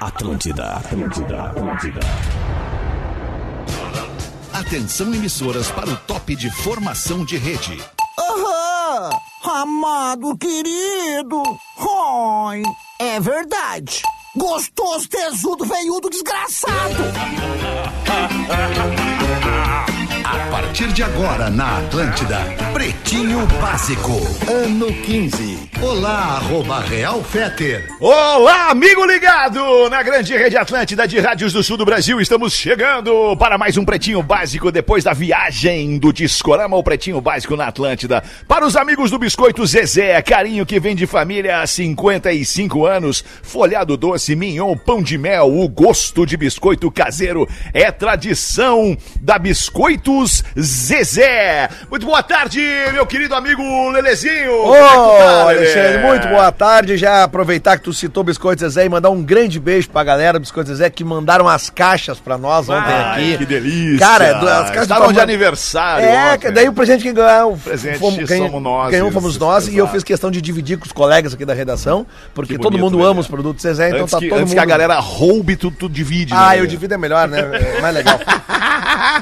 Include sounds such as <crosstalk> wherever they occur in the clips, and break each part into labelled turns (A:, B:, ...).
A: Atlântida, Atlântida, Atlântida.
B: Atenção emissoras para o top de formação de rede.
C: Aham! Amado querido! Oi! É verdade! Gostoso, tesudo, veiudo, desgraçado!
B: A partir de agora na Atlântida, Pretinho Básico, ano 15. Olá, arroba Real Feter.
D: Olá, amigo ligado na grande rede Atlântida de rádios do sul do Brasil. Estamos chegando para mais um Pretinho Básico depois da viagem do Discorama, o Pretinho Básico na Atlântida. Para os amigos do Biscoito Zezé, carinho que vem de família há 55 anos, folhado doce, mignon, pão de mel, o gosto de biscoito caseiro é tradição da Biscoitos Zezé. Muito boa tarde, meu querido amigo Lelezinho.
E: Ô,
D: Como é que tu tá, Lelê?
E: Alexandre, muito boa tarde. Já aproveitar que tu citou Biscoito Zezé e mandar um grande beijo pra galera do Biscoito Zezé que mandaram as caixas pra nós ontem
D: Ai,
E: aqui.
D: Que delícia.
E: Cara, do- as caixas
D: Estavam
E: do
D: de
E: tamanho-
D: aniversário.
E: É,
D: ontem.
E: daí o presente que ganhou,
D: Presente
E: fomos, ganhou,
D: somos nós,
E: ganhou
D: isso,
E: fomos nós e eu
D: exato.
E: fiz questão de dividir com os colegas aqui da redação, porque
D: Que
E: todo
D: bonito,
E: mundo
D: né,
E: ama
D: né?
E: os produtos Zezé, então
D: antes
E: tá
D: que,
E: todo
D: antes
E: mundo...
D: que a galera roube, tu, tu divide. né,
E: Ah, eu
D: Lelê?
E: divido é melhor, né? É mais legal.
D: <laughs>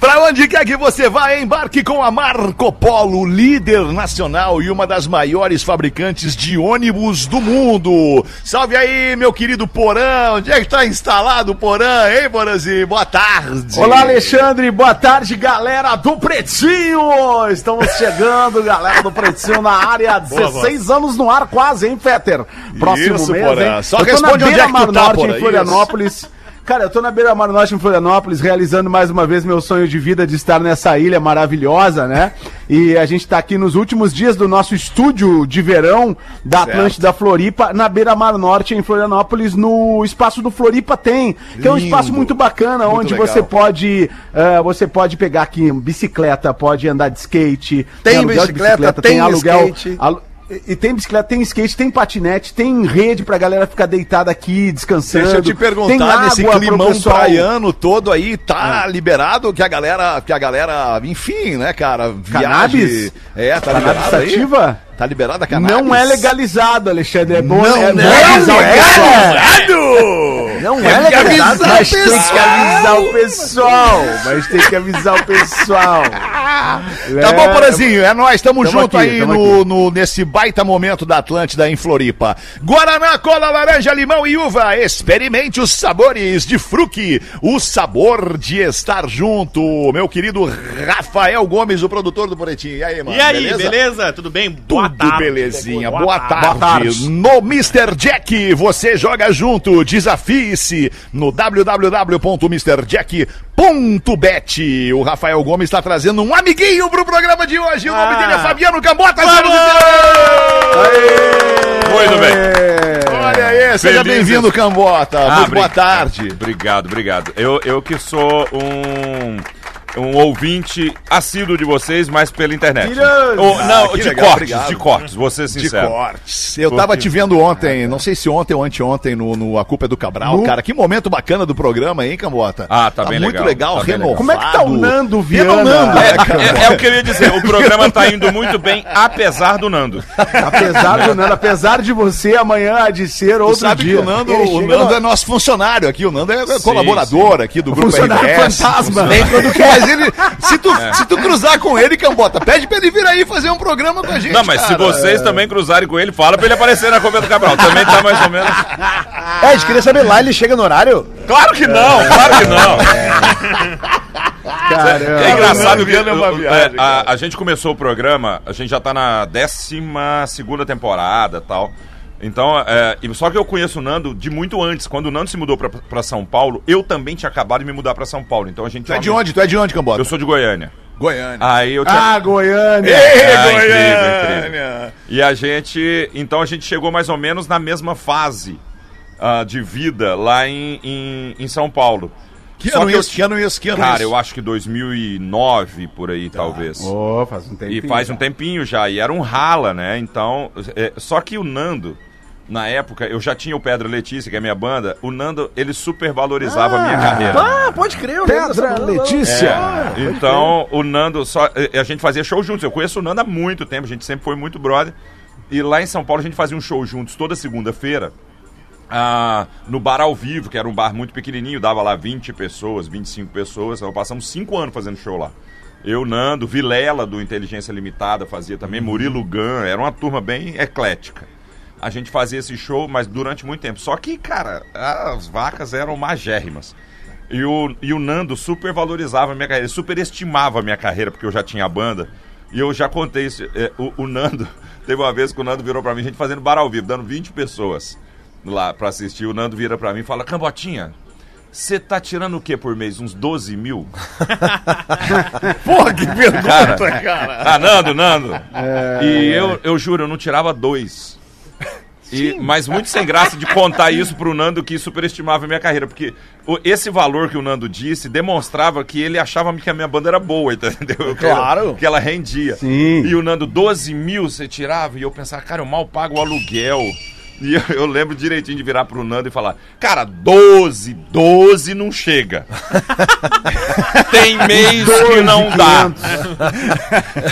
D: Pra onde quer que você vá, embarque com a Marco Polo, líder nacional e uma das maiores fabricantes de ônibus do mundo. Salve aí, meu querido Porã. Onde é que tá instalado o Porã, hein, Porãzinho? Boa tarde.
F: Olá, Alexandre. Boa tarde, galera do Pretinho. Estamos chegando, galera do Pretinho na
D: <laughs>
F: área. 16 anos no ar, quase, hein, Fetter? Próximo
D: Isso,
F: mês,
D: Porã.
F: hein?
D: Só
F: eu tô na
D: responde onde é que
F: Beira Mar
D: tu tá,
F: Norte,
D: Porã,
F: em
D: isso.
F: Florianópolis. Cara, eu tô na Beira Mar Norte, em Florianópolis, realizando mais uma vez meu sonho de vida de estar nessa ilha maravilhosa, né? E a gente tá aqui nos últimos dias do nosso estúdio de verão da Atlântida Floripa, na Beira Mar Norte, em Florianópolis, no espaço do Floripa Tem, que é um
D: Lindo.
F: espaço muito bacana,
D: Muito
F: onde
D: legal.
F: você pode eh, você pode pegar aqui bicicleta, pode andar de skate,
E: Tem
F: aluguel de
E: bicicleta, tem skate.
F: alu- e- e tem bicicleta, tem skate, tem patinete, tem rede pra galera ficar deitada aqui, descansando.
D: Deixa eu te
F: tem
D: perguntar, nesse
F: água pro
D: climão
F: pessoal.
D: praiano todo aí, tá liberado que a galera, que a galera, enfim, né, cara, viaje...
F: Cannabis?
D: É, tá
F: Cannabis
D: liberado aí?
F: sativa?
D: Tá liberada a cannabis?
F: Não é legalizado, Alexandre. É bom, é bom
D: Não
F: avisar o
D: é
F: pessoal.
D: legalizado!
F: Não é legalizado,
D: avisar
F: mas
D: o
F: tem que
D: pessoal.
F: avisar o pessoal. Mas tem que avisar o pessoal.
D: Tá bom, Porazinho, é nóis, tamo,
F: Tamo
D: junto
F: aqui,
D: aí
F: tamo
D: no, no- nesse baita momento da Atlântida em Floripa. Guaraná, cola, laranja, limão e uva, experimente os sabores de fruque, o sabor de estar junto. Meu querido Rafael Gomes, o produtor do Poretinho. E aí, mano?
G: E aí, beleza? Tudo bem? Boa
D: Tudo
G: tarde.
D: belezinha. Boa, tarde.
F: tarde.
D: No Mr. Jack, você joga junto. Desafie-se no www.mrjack.bet. O Rafael Gomes está trazendo um amiguinho pro programa de hoje. O nome
G: Ah.
D: dele é Fabiano Gambota.
H: Muito bem.
D: Olha aí, seja
H: Felizes.
D: bem-vindo, Cambota. Muito boa
H: obrigado.
D: tarde.
H: Ah, Obrigado, obrigado. Eu, eu que sou um, um ouvinte assíduo de vocês, mas pela internet.
F: Filhas!
H: Ou, não,
D: Ah, que
H: de
D: legal,
H: cortes,
D: obrigado.
H: de cortes, vou ser
D: De
H: sincero.
D: cortes. Eu tava
H: Porque-
D: te vendo ontem, não sei se ontem ou anteontem, no, no A Culpa é do Cabral, cara. Que momento bacana do programa, hein, Cambota?
H: Ah, tá bem
D: muito legal,
H: legal, tá bem
D: renovado.
H: legal.
F: Como é que tá o Nando Viana?
D: Pelo Nando, né, cara?
H: É, é o que eu ia dizer, o programa tá indo muito bem, apesar do Nando.
F: Apesar do Nando, apesar de você, amanhã há de ser
D: Tu
F: outro
D: sabe
F: dia.
D: que o Nando,
F: Ele
D: o
F: chega
D: Nando
F: lá-
D: é nosso funcionário aqui, o Nando é colaborador aqui
H: Um
D: do grupo
F: Funcionário
D: RBS.
F: fantasma.
D: Vem quando quer. <laughs> Mas ele, se tu,
H: É.
D: se tu cruzar com ele, Cambota, pede pra ele vir aí fazer um programa com a gente.
H: Não, mas se
D: cara. é.
H: vocês também cruzarem com ele, fala pra ele aparecer na Copa do Cabral. Também tá mais ou menos.
E: É, a gente queria saber lá, ele chega no horário?
H: Claro que não, claro que não. É engraçado que
D: Viana é uma
H: é,
D: viagem,
H: a, a gente começou o programa, a gente já tá na 12 temporada tal. Então, é, e só que eu conheço o Nando de muito antes. Quando o Nando se mudou pra, pra São Paulo, eu também tinha acabado de me mudar pra São Paulo. Então a gente.
D: Tu é de onde? Tu é de onde, Cambota?
H: Eu sou de Goiânia.
D: Goiânia.
H: Aí eu tinha.
F: Ah, Goiânia.
D: Ei,
H: Ah, incrível,
D: Goiânia!
H: incrível. E a gente. Então a gente chegou mais ou menos na mesma fase ah, de vida lá em, em, em São Paulo.
D: Que
H: Só
D: ano
H: que eu-
D: isso? Que ano isso? Que ano é
H: Cara,
D: isso? Tá.
H: eu acho que 2009 por aí, talvez.
F: Ô, faz um
H: E
F: tempinho.
H: faz um tempinho já, e era um rala, né? Então, é, só que o Nando, na época, eu já tinha o Pedro Letícia, que é minha banda, o Nando, ele supervalorizava a minha carreira.
E: Ah, pode crer. o Nando
F: Pedra
E: tá falando.
F: Letícia.
D: Ah,
H: é, Então, o Nando, só, é, a gente fazia show juntos, eu conheço o Nando há muito tempo, a gente sempre foi muito brother. E lá em São Paulo a gente fazia um show juntos toda segunda-feira. ah, no bar ao vivo, que era um bar muito pequenininho, dava lá 20 pessoas, 25 pessoas. Então, passamos 5 anos fazendo show lá. Eu, Nando, Vilela do Inteligência Limitada fazia também, Murilo Gan, era uma turma bem eclética. A gente fazia esse show, mas durante muito tempo. Só que, cara, as vacas eram magérrimas. E o, e o Nando supervalorizava a minha carreira, superestimava a minha carreira, porque eu já tinha a banda. E eu já contei isso. é, o, o Nando, <laughs> teve uma vez que o Nando virou pra mim, a gente fazendo bar ao vivo, dando 20 pessoas lá pra assistir. O Nando vira pra mim e fala: Cambotinha, você tá tirando o que por mês? Uns 12 mil?
I: Porra, que pergunta,
H: <laughs>
I: cara.
H: Ah, Nando, Nando. E eu, eu juro, eu não tirava dois. E- mas muito sem graça de contar isso pro Nando que superestimava a minha carreira. Porque o- esse valor que o Nando disse demonstrava que ele achava que a minha banda era boa, entendeu?
J: Claro.
H: Que, ela rendia.
F: Sim.
H: E o Nando, 12 mil você tirava e eu pensava, cara, eu mal pago o aluguel. E eu, eu lembro direitinho de virar pro Nando e falar, cara, 12, 12 não chega. Tem mês que não dá.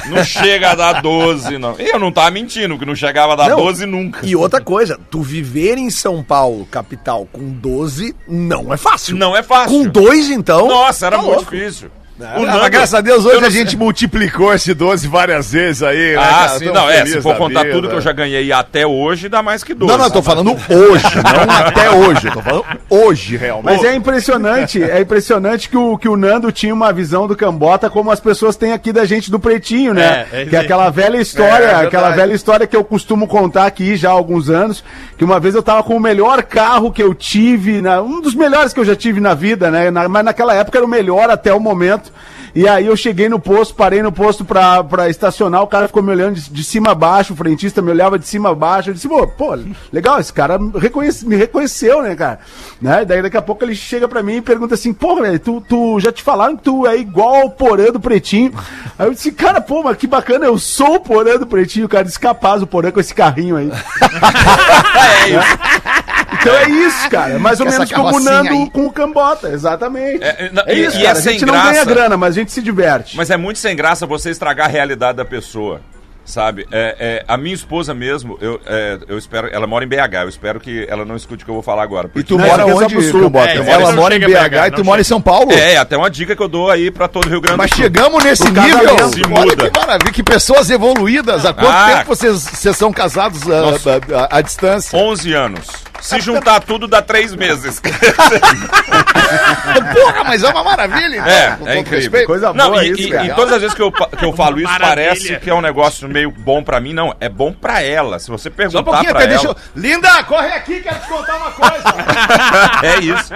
H: Não chega a dar 12, não. E eu não tava mentindo, que não chegava a dar
J: Não.
H: 12 nunca.
J: E outra coisa, tu viver em São Paulo, capital, com 12, não é fácil.
H: Não é fácil.
J: Com dois, então.
H: Nossa, era
J: tá
H: muito
J: louco.
H: difícil.
I: Ah, mas
D: né,
I: graças a Deus, hoje a gente multiplicou esse 12 várias vezes aí. né,
H: Ah,
I: cara?
H: sim,
I: Tamo
H: não, é,
I: feliz
H: se for
I: da
H: contar
I: vida.
H: tudo que eu já ganhei até hoje, dá mais que 12.
D: Não, não, eu tô falando hoje, não até hoje. Eu tô falando hoje, realmente.
F: Mas é impressionante, é impressionante que o, que o Nando tinha uma visão do Cambota como as pessoas têm aqui da gente do Pretinho, né?
K: É, é
F: que é
K: isso.
F: aquela velha história,
I: É, é verdade.
F: aquela velha história que eu costumo contar aqui já há alguns anos, que uma vez eu tava com o melhor carro que eu tive, na- um dos melhores que eu já tive na vida, né? Na- mas naquela época era o melhor até o momento. E aí eu cheguei no posto, parei no posto pra, pra estacionar, o cara ficou me olhando de, de cima a baixo, o frentista me olhava de cima a baixo, eu disse, pô, pô legal, esse cara reconhece- me reconheceu, né, cara? Né? Daí daqui a pouco ele chega pra mim e pergunta assim, pô, velho, tu, tu já te falaram que tu é igual ao Porã do Pretinho? Aí eu disse, cara, pô, mas que bacana, eu sou o Porã do Pretinho, cara, descapaz o Porã com esse
D: <laughs>
F: carrinho aí. Então é isso, cara, mais ou
D: É Essa
F: menos como o
D: carrocinha
F: Nando
D: aí.
F: com o Cambota, exatamente.
H: É, é, não,
F: É
H: e-
F: isso,
H: e
F: cara,
H: é
F: a
H: sem
F: gente não ganha
H: graça.
F: grana, mas a gente se diverte.
H: Mas é muito sem graça você estragar a realidade da pessoa, sabe? É, é, a minha esposa mesmo, eu, é, eu espero, ela mora em BH, eu espero que ela não escute o que eu vou falar agora.
D: E
H: porque-
D: tu
F: Não,
D: mora
F: era
D: onde,
F: Rio Grande do Sul.
D: Cambota?
K: É, isso aí
D: Ela
K: não
D: mora em
K: chega a
D: BH e
K: BH,
D: tu
K: não
D: mora em São Paulo.
H: É, até uma dica que eu dou aí pra todo o Rio Grande
D: Mas
H: do Sul.
D: chegamos nesse
F: Do
D: nível.
F: casamento.
H: Se
D: Olha
H: muda.
D: que maravilha, que pessoas evoluídas. Há quanto
H: Ah.
D: tempo vocês, vocês são casados ah, ah, ah, à distância?
H: 11 anos. Se juntar tudo dá 3
J: <laughs>
H: meses.
D: Porra, mas é uma maravilha. então,
H: É,
D: com
H: é
D: todo
H: incrível.
D: respeito.
F: Coisa
H: Não,
F: boa
H: e,
F: isso,
H: e-
F: cara.
H: e todas as vezes que eu, pa-
J: <laughs>
H: que eu falo isso,
K: Maravilha.
H: parece que é um negócio meio bom pra mim. Não, é bom pra ela. Se você
I: Só um
H: perguntar
I: pouquinho,
H: tá pra
I: até
H: ela...
I: deixa eu... Linda, corre aqui, quero te contar uma coisa.
H: É isso.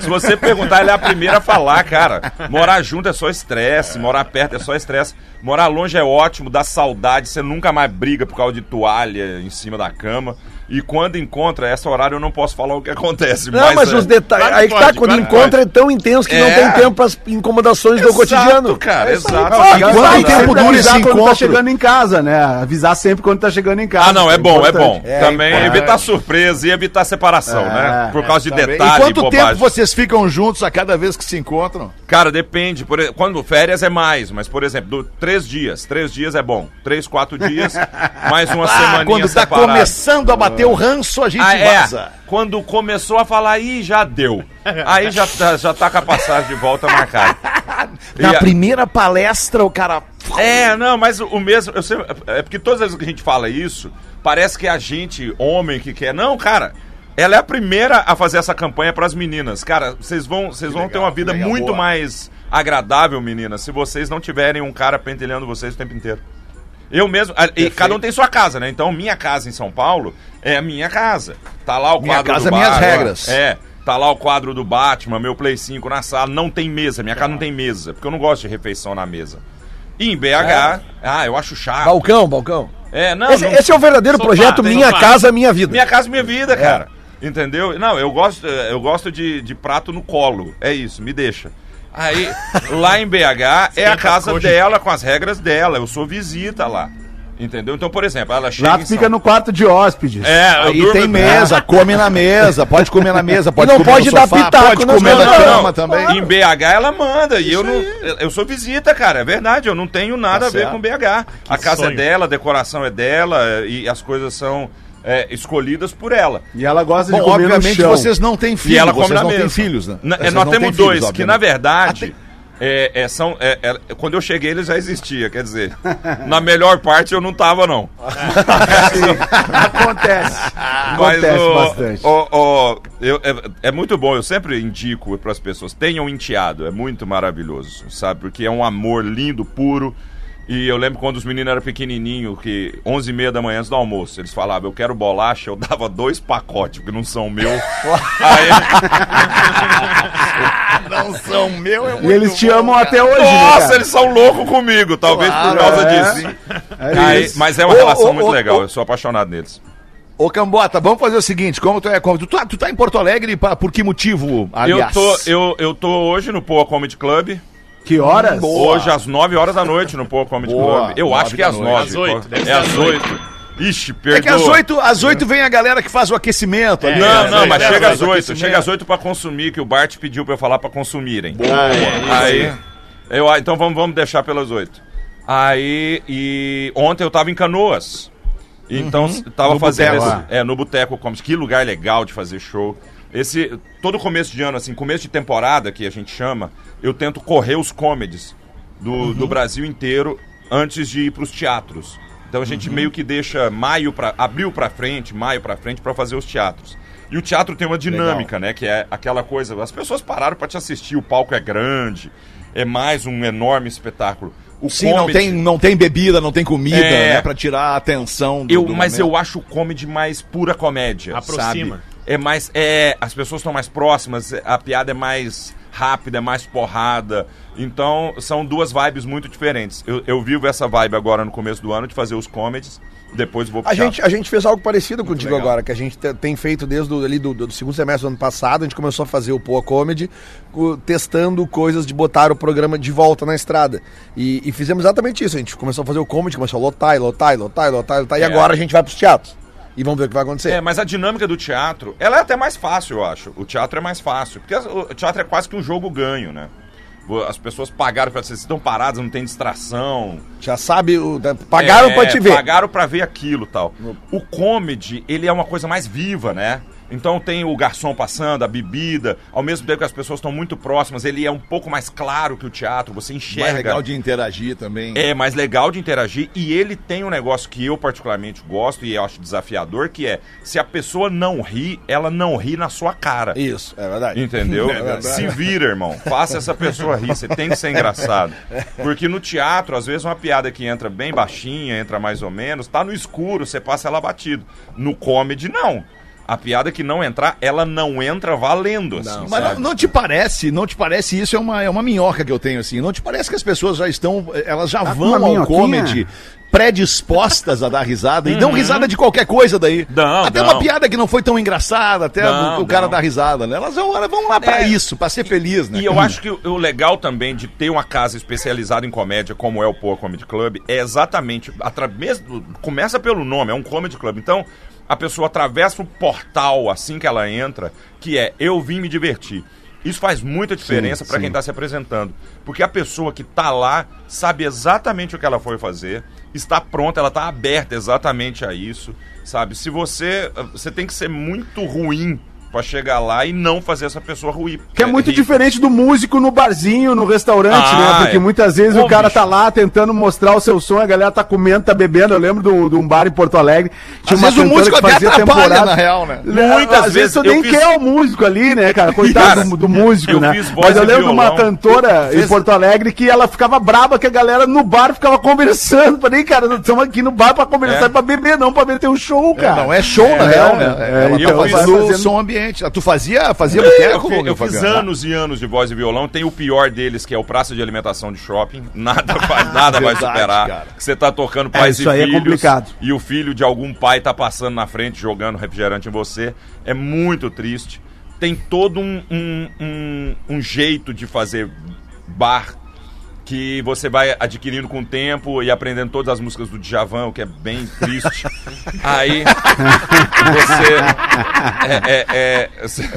H: Se você perguntar, ela é a primeira a falar, cara. Morar junto é só estresse, morar perto é só estresse. Morar longe é ótimo, dá saudade, você nunca mais briga por causa de toalha em cima da cama. E quando encontra, essa horário eu não posso falar o que acontece.
J: Não, mas,
H: é-
J: os detalhes.
H: Claro que
J: aí que tá,
H: pode,
J: quando
H: claro que
J: encontra é tão intenso que não
H: É.
J: tem tempo para as incomodações do
H: pode.
J: cotidiano.
H: Exato, cara, exato.
F: Ah,
D: E quanto
F: vai,
D: tempo
F: sempre
D: dura
F: avisar
D: esse
F: quando
D: encontro?
F: tá chegando em casa, né? Avisar sempre quando tá chegando em casa. então.
H: Ah, não, é bom, é bom.
F: importante.
H: Também evitar surpresa e evitar separação, né? Por causa de
D: É, E
H: detalhes
D: quanto tempo vocês ficam juntos a cada vez que se encontram?
H: Cara, depende. Por, e- quando férias é mais, mas, por exemplo, do- três dias. Três dias é bom. Três, quatro
D: <laughs>
H: dias, mais uma semana
D: quando tá começando a bater o ranço, a gente
H: Ah, é.
D: vaza.
H: Quando começou a falar, aí já deu. Aí já, tá- já tá com a passagem de volta marcada.
D: <laughs>
H: E
D: Na
H: a-
D: primeira palestra, o cara.
H: é, não, mas o- o mesmo. Eu sempre, é porque todas as vezes que a gente fala isso, parece que é a gente, homem, que quer. Não, cara. Ela é a primeira a fazer essa campanha pras meninas. Cara, vocês vão, vocês vão ter uma vida
I: legal,
H: muito
I: boa.
H: mais agradável, meninas, se vocês não tiverem um cara pentelhando vocês o tempo inteiro. Eu mesmo, ah, e cada um tem sua casa, né? Então, minha casa em São Paulo é a minha casa. Tá lá o
D: Minha
H: quadro
D: casa,
H: do
D: minhas
H: bar,
D: regras.
H: É, tá lá o quadro do Batman, meu Play 5 na sala, não tem mesa,
D: Tá.
H: minha casa não tem mesa, porque eu não gosto de refeição na mesa. E em BH,
D: É.
H: ah, eu acho chato.
J: Balcão, balcão.
H: É, não,
J: Esse,
H: não-
J: esse é o verdadeiro
K: Sofá,
J: projeto
K: tem
J: Minha
K: sofá.
J: Casa Minha Vida.
H: minha casa, minha
D: É.
H: vida, cara. Entendeu? Não, eu gosto, eh, eu gosto de, de prato no colo. É isso, me deixa.
D: <laughs>
H: Aí, lá em BH, é a casa dela, com as regras dela. Eu sou visita lá. Entendeu? Então, por exemplo, ela chega.
F: Lá
H: em
F: tu
H: São-
F: fica no quarto de hóspedes.
H: É, eu
D: Aí
H: durmo-
D: tem mesa, come na mesa, pode comer na mesa, pode
J: não
D: comer
J: pode
D: no
J: dar
D: sofá,
J: pitaco
D: pode
J: nas
D: comer na
J: coisas, não.
D: cama também.
H: Em BH ela manda. e eu não. Eu sou visita, cara. É verdade. Eu não tenho nada
D: Tá
H: a ver
D: certo.
H: com BH. a casa é
K: sonho.
H: dela, a decoração é dela e as coisas são é, escolhidas por ela.
F: E ela gosta
D: Bom,
F: de comer no
D: obviamente
F: chão.
D: vocês não têm filhos,
H: e ela come
D: vocês
H: na
D: não
H: mesa.
D: têm filhos, né?
H: Na- é,
D: Vocês
H: nós
D: não têm
H: temos
D: filhos,
H: dois, que
D: obviamente. Ah,
H: na verdade. é, é, são, é, é, quando eu cheguei, ele já existia, quer dizer. <laughs> na melhor parte eu não
D: <laughs>
H: tava, não.
F: Acontece.
H: <laughs> Mas
F: Acontece
H: o-
F: bastante.
H: o- o- eu- é, é muito bom, eu sempre indico para as pessoas, tenham enteado, é muito maravilhoso, sabe? Porque é um amor lindo, puro. E eu lembro quando os meninos eram pequenininhos, que 11 e meia da manhã antes do almoço, eles falavam, eu quero bolacha, eu dava dois pacotes, porque não
D: <laughs>
H: são meus. Aí-
D: Não são meu, é
F: E eles te amam até hoje, né,
H: nossa,
F: cara?
H: eles são loucos comigo, talvez por causa
F: é.
H: disso.
F: É
H: Aí-
F: isso.
H: mas é uma
D: Ô,
H: relação
D: ô,
H: muito
D: ô,
H: legal,
D: ô.
H: eu sou apaixonado neles.
D: Ô Cambota, vamos fazer o seguinte, como tu é, como tu, tá- tu tá em Porto Alegre, pra, por que motivo, aliás?
H: Eu, tô, eu, eu tô hoje no Poa Comedy Club,
F: Que horas?
H: Hoje, às 9 horas da noite, no Poa Comedy
D: Boa,
H: Club. Eu
D: nove
H: acho que é
D: da
H: às
D: noite.
H: 9.
K: Às oito, deve ser
H: É às
K: às
H: 8. Ixi, perdoa.
D: É que às oito, às oito vem a galera que faz o aquecimento. ali,
H: Não,
D: né?
H: não,
K: oito,
H: mas
K: é às
H: chega às
K: oito,
H: 8. Chega às 8 pra consumir, que o Bart pediu pra eu falar pra consumirem.
K: Ah, é.
D: né?
H: Aí, eu, ah, então vamos, vamos deixar pelas 8. Aí, e ontem eu tava em Canoas. Então,
D: Uhum.
H: s- tava fazendo.
F: boteco,
H: esse- é, no Boteco Comedy. Que lugar legal de fazer show. Esse, todo começo de ano, assim, começo de temporada, que a gente chama, eu tento correr os comedies do,
D: Uhum.
H: do Brasil inteiro antes de ir pros teatros. Então a gente
D: Uhum.
H: meio que deixa maio para abril pra frente, maio pra frente pra fazer os teatros. E o teatro tem uma dinâmica, né, que é aquela coisa, as pessoas pararam pra te assistir, o palco é grande, é mais um enorme espetáculo. O
D: Sim, não
H: comedy-
D: tem, não tem bebida, não tem comida,
H: É.
D: né, pra tirar a atenção do,
H: eu,
D: do
H: mas
D: momento.
H: eu acho o comedy mais pura comédia.
K: Aproxima.
H: sabe? É mais. É, as pessoas estão mais próximas, a piada é mais rápida, é mais porrada. Então, são duas vibes muito diferentes. Eu, eu vivo essa vibe agora no começo do ano de fazer os comedies, depois vou pro
J: A gente,
H: teatro.
J: a gente fez algo parecido contigo
H: legal.
J: agora, que a gente te- tem feito desde o ali do, do segundo semestre do ano passado. A gente começou a fazer o Poa Comedy, co- testando coisas de botar o programa de volta na estrada. E, e fizemos exatamente isso. A gente começou a fazer o comedy, começou a lotar, e lotar, e lotar, e lotar, e lotar. E
H: É.
J: agora a gente vai pros teatros. E vamos ver o que vai acontecer.
H: É, mas a dinâmica do teatro, ela é até mais fácil, eu acho. O teatro é mais fácil. Porque as- o teatro é quase que um jogo ganho, né? Vo- As pessoas pagaram pra vocês estão paradas, não tem distração.
J: Já sabe, o- tá- pagaram
H: É,
J: pra te ver.
H: Pagaram pra ver aquilo e tal. O comedy, ele é uma coisa mais viva, né? Então tem o garçom passando, a bebida, ao mesmo tempo que as pessoas estão muito próximas, ele é um pouco mais claro que o teatro, você enxerga.
D: Mais legal de interagir também.
H: É mais legal de interagir e ele tem um negócio que eu particularmente gosto e eu acho desafiador, que é se a pessoa não ri, ela não ri na sua cara.
J: Isso, é verdade.
H: Entendeu? Se vira, irmão. Faça essa pessoa rir. Você tem que ser engraçado. Porque no teatro, às vezes, uma piada que entra bem baixinha, entra mais ou menos, tá no escuro, você passa ela batido. No comedy, não. A piada que não entrar, ela não entra valendo. Assim,
D: Mas não,
H: sabe?
D: não te parece, não te parece, isso é uma, é uma minhoca que eu tenho, assim, não te parece que as pessoas já estão, eh, elas já
F: Tá com
D: vão
F: uma
D: ao
F: minhoquinha?
D: comedy predispostas a dar risada e dão risada de qualquer coisa daí.
H: Dão,
D: até
H: dão.
D: uma piada que não foi tão engraçada, até
H: Dão,
D: o, o cara
H: dão.
D: dar risada, né? Elas vão, elas vão lá pra
H: É.
D: isso, pra ser feliz, né?
H: E eu acho que o- o legal também de ter uma casa especializada em comédia, como é o Poa Comedy Club, é exatamente. atra- mesmo- Começa pelo nome, é um comedy club. Então, a pessoa atravessa o portal assim que ela entra, que é eu vim me divertir. Isso faz muita diferença para quem está se apresentando. Porque a pessoa que tá lá sabe exatamente o que ela foi fazer, está pronta, ela tá aberta exatamente a isso, sabe? Se você. Você tem que ser muito ruim para chegar lá e não fazer essa pessoa ruim.
F: Que é muito
H: rir.
F: diferente do músico no barzinho, no restaurante,
H: Ah,
F: né? Porque
H: é.
F: muitas vezes
H: Ô,
F: o cara
H: bicho.
F: tá lá tentando mostrar o seu som, a galera tá comendo, tá bebendo. Eu lembro de um- de um bar em Porto Alegre. Tinha
D: Às
F: uma
D: vezes o
F: cantora
D: músico
F: que
D: até
F: fazia
D: atrapalha,
F: temporada.
D: na real, né?
H: Muitas
F: Muitas vezes
H: vezes
F: tu
H: eu
F: nem
H: fiz-
F: quer o músico ali, né, cara? Coitado
H: Cara,
F: do, do músico,
H: eu
F: né?
H: fiz voz
F: Mas eu
H: e
F: lembro de uma
H: violão.
F: cantora em Porto Alegre que ela ficava braba que a galera no bar ficava conversando. Falei, cara, nós estamos aqui no bar pra conversar
H: É.
F: e pra beber, não pra meter um show,
D: É,
F: cara.
D: não, é show, na
F: É,
D: real, né?
F: é,
D: Ela
H: eu
D: tá
H: fiz-
D: fazendo
F: fazendo-
D: som ambiente. Ah, Tu fazia, fazia né? boteco,
H: Eu, fi- eu fiz
D: Fabiano?
H: anos e anos de voz e violão. Tem o pior deles, que é o praça de alimentação de shopping. <laughs> Nada vai, nada vai
D: verdade,
H: superar.
D: cara.
H: Que Você tá tocando pais
F: isso aí Ah, é complicado.
H: E o filho de algum pai tá passando na frente jogando refrigerante em você. É muito triste. Tem todo um, um, um- um jeito de fazer bar que você vai adquirindo com o tempo e aprendendo todas as músicas do Djavan, o que é bem
F: <laughs>
H: triste. Aí você é, é, é,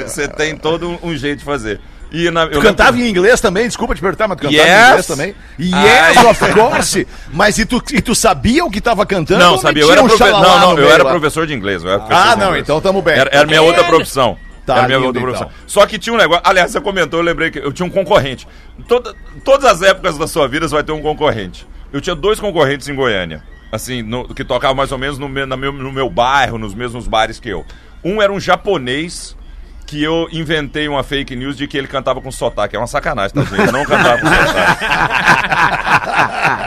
H: você tem todo um jeito de fazer. E na- eu
D: Tu cantava em inglês também, desculpa te perguntar, mas tu cantava em
H: Yes.
D: inglês também? Yes,
H: Ai.
D: of course! Mas e tu, e tu sabia o que tava cantando?
H: Não,
D: ou
H: sabia, eu
D: metia
H: era,
D: um
H: profe-
D: xalala
H: não,
D: no
H: não, eu
D: meio
H: era
D: lá?
H: professor de inglês. eu era professor
D: Ah,
H: de
D: não,
H: inglês.
D: então tamo bem.
H: Era, era minha outra profissão.
D: Tá
H: era minha
D: lindo,
H: outra
D: então.
H: profissão. Só que tinha um negócio. Aliás, você comentou, eu lembrei que eu tinha um concorrente. Toda- todas as épocas da sua vida você vai ter um concorrente. Eu tinha dois concorrentes em Goiânia. Assim, no- que tocavam mais ou menos no meu, na meu- no meu bairro, nos mesmos bares que eu. Um era um japonês que eu inventei uma fake news de que ele cantava com sotaque. É uma sacanagem, tá, gente? Eu não cantava com
D: <laughs>
H: sotaque.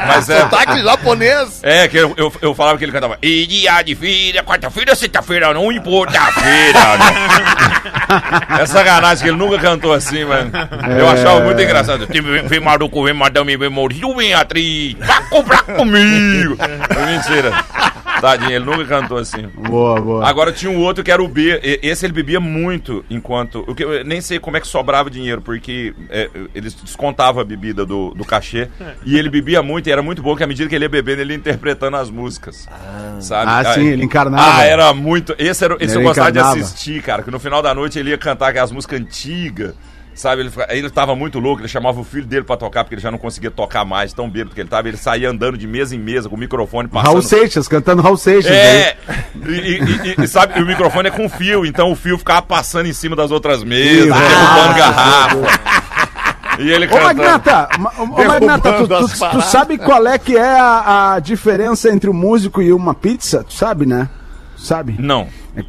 H: Mas é.
D: Ah, Sotaque japonês!
H: É, que eu, eu, eu falava que ele cantava E dia de feira, quarta-feira, sexta-feira, não importa a feira né? <laughs> É sacanagem que ele nunca cantou assim, mano Eu achava muito engraçado Tipo, Vem maluco, vem madame, vem mordido, vem atriz Pra comprar comigo <laughs> É Mentira Tadinho, ele nunca cantou assim
F: Boa, boa.
H: Agora tinha um outro que era o B. E- Esse ele bebia muito enquanto. O que eu nem sei como é que sobrava dinheiro, porque é, eles descontavam a bebida do, do cachê. E ele bebia muito, e era muito bom que à medida que ele ia bebendo, ele ia interpretando as músicas. Sabe?
F: Ah, sim, ele encarnava.
H: Ah, era muito. Esse, era, esse
F: Ele
H: eu gostava
F: encarnava.
H: de assistir, cara, que no final da noite ele ia cantar aquelas músicas antigas. Sabe, ele, fica- ele tava muito louco, ele chamava o filho dele pra tocar, porque ele já não conseguia tocar mais, tão bêbado que ele tava. Ele saía andando de mesa em mesa com o microfone passando.
F: Raul Seixas, cantando Raul Seixas. aí.
H: É, e, e- e- e sabe, o microfone é com fio, então o fio ficava passando em cima das outras mesas, derrubando garrafa. E ele
F: Ô,
H: cantando.
F: Magnata, ma- ô, ô, Magnata, tu,
D: Derrubando
F: tu-
D: as
F: tu
D: paradas.
F: sabe qual é que é a, a diferença entre o músico e uma pizza? Tu sabe, né? Sabe?
H: Não.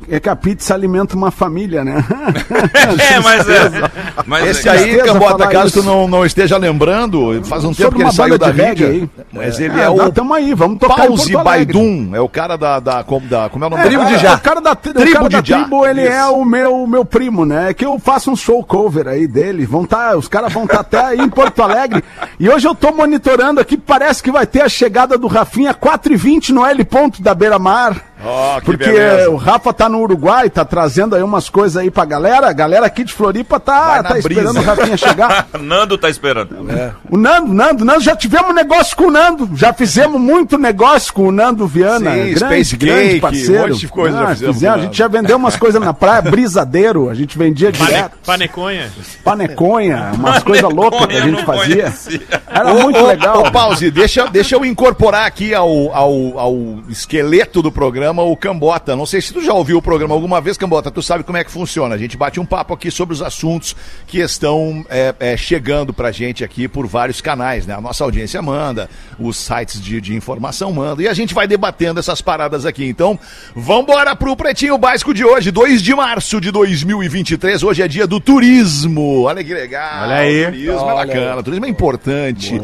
F: É, é que a pizza alimenta uma família, né?
H: <laughs> É, mas é. Mas
D: Esse
H: é-
D: aí,
F: tristeza
D: Cambota,
F: falar
D: caso
F: isso.
D: tu não, não esteja lembrando, faz um tempo
F: Sobre
D: que ele
F: uma
D: saiu
F: banda
D: da
F: de reggae
D: mídia.
F: aí.
D: Mas ele
F: Ah,
D: é
F: dá-
D: o
F: tamo aí, vamos tocar em
D: Pause
F: Porto Alegre.
D: Baidum, é o cara da, da, como da- como é o nome
F: É,
D: da
F: cara, O cara da, tri- o cara
D: Tribo
F: da
D: de Já.
F: tribo, ele
D: Isso.
F: é o meu, o meu primo, né? Que eu faço um show cover aí dele. Vão tá, os caras vão estar até aí em Porto Alegre. E hoje eu tô monitorando aqui, parece que vai ter a chegada do Rafinha 4h20 no L ponto da Beira Mar.
D: Ó, que
F: porque
D: beleza.
F: o Rafa tá no Uruguai, tá trazendo aí umas coisas aí pra galera. A galera aqui de Floripa
D: Vai
F: tá,
D: na
F: tá esperando o
D: brisa. <laughs>
F: Rafinha chegar.
H: <laughs> Nando tá esperando.
F: O Nando, Nando, Nando, já tivemos um negócio com o Nando. Já fizemos muito negócio com o Nando Viana.
D: Sim,
F: grande,
D: Space
F: grande
D: Cake,
F: parceiro. Ah,
D: um monte de coisa já fizemos com o
F: A
D: Nando.
F: gente já vendeu umas coisas
D: <laughs>
F: na praia, brisadeiro, a gente vendia
K: Pane,
F: direto,
K: paneconha.
F: paneconha, umas coisas loucas que a
H: Paneconha,
F: gente
H: não
F: fazia.
H: conhecia.
F: Era muito legal.
D: Ô, Pause, deixa, deixa eu incorporar aqui ao, ao, ao esqueleto do programa o Cambota. Não sei se tu já ouviu o programa alguma vez, Cambota, tu sabe como é que funciona. A gente bate um papo aqui sobre os assuntos que estão é, é, chegando pra gente aqui por vários canais, né? A nossa audiência manda, os sites de, de informação mandam, e a gente vai debatendo essas paradas aqui. Então, vambora pro Pretinho Básico de hoje, 2 de março de 2023. Hoje é dia do turismo. Olha que legal.
F: Olha aí.
D: Turismo é
J: Olha aí.
D: bacana. Cara, turismo é importante.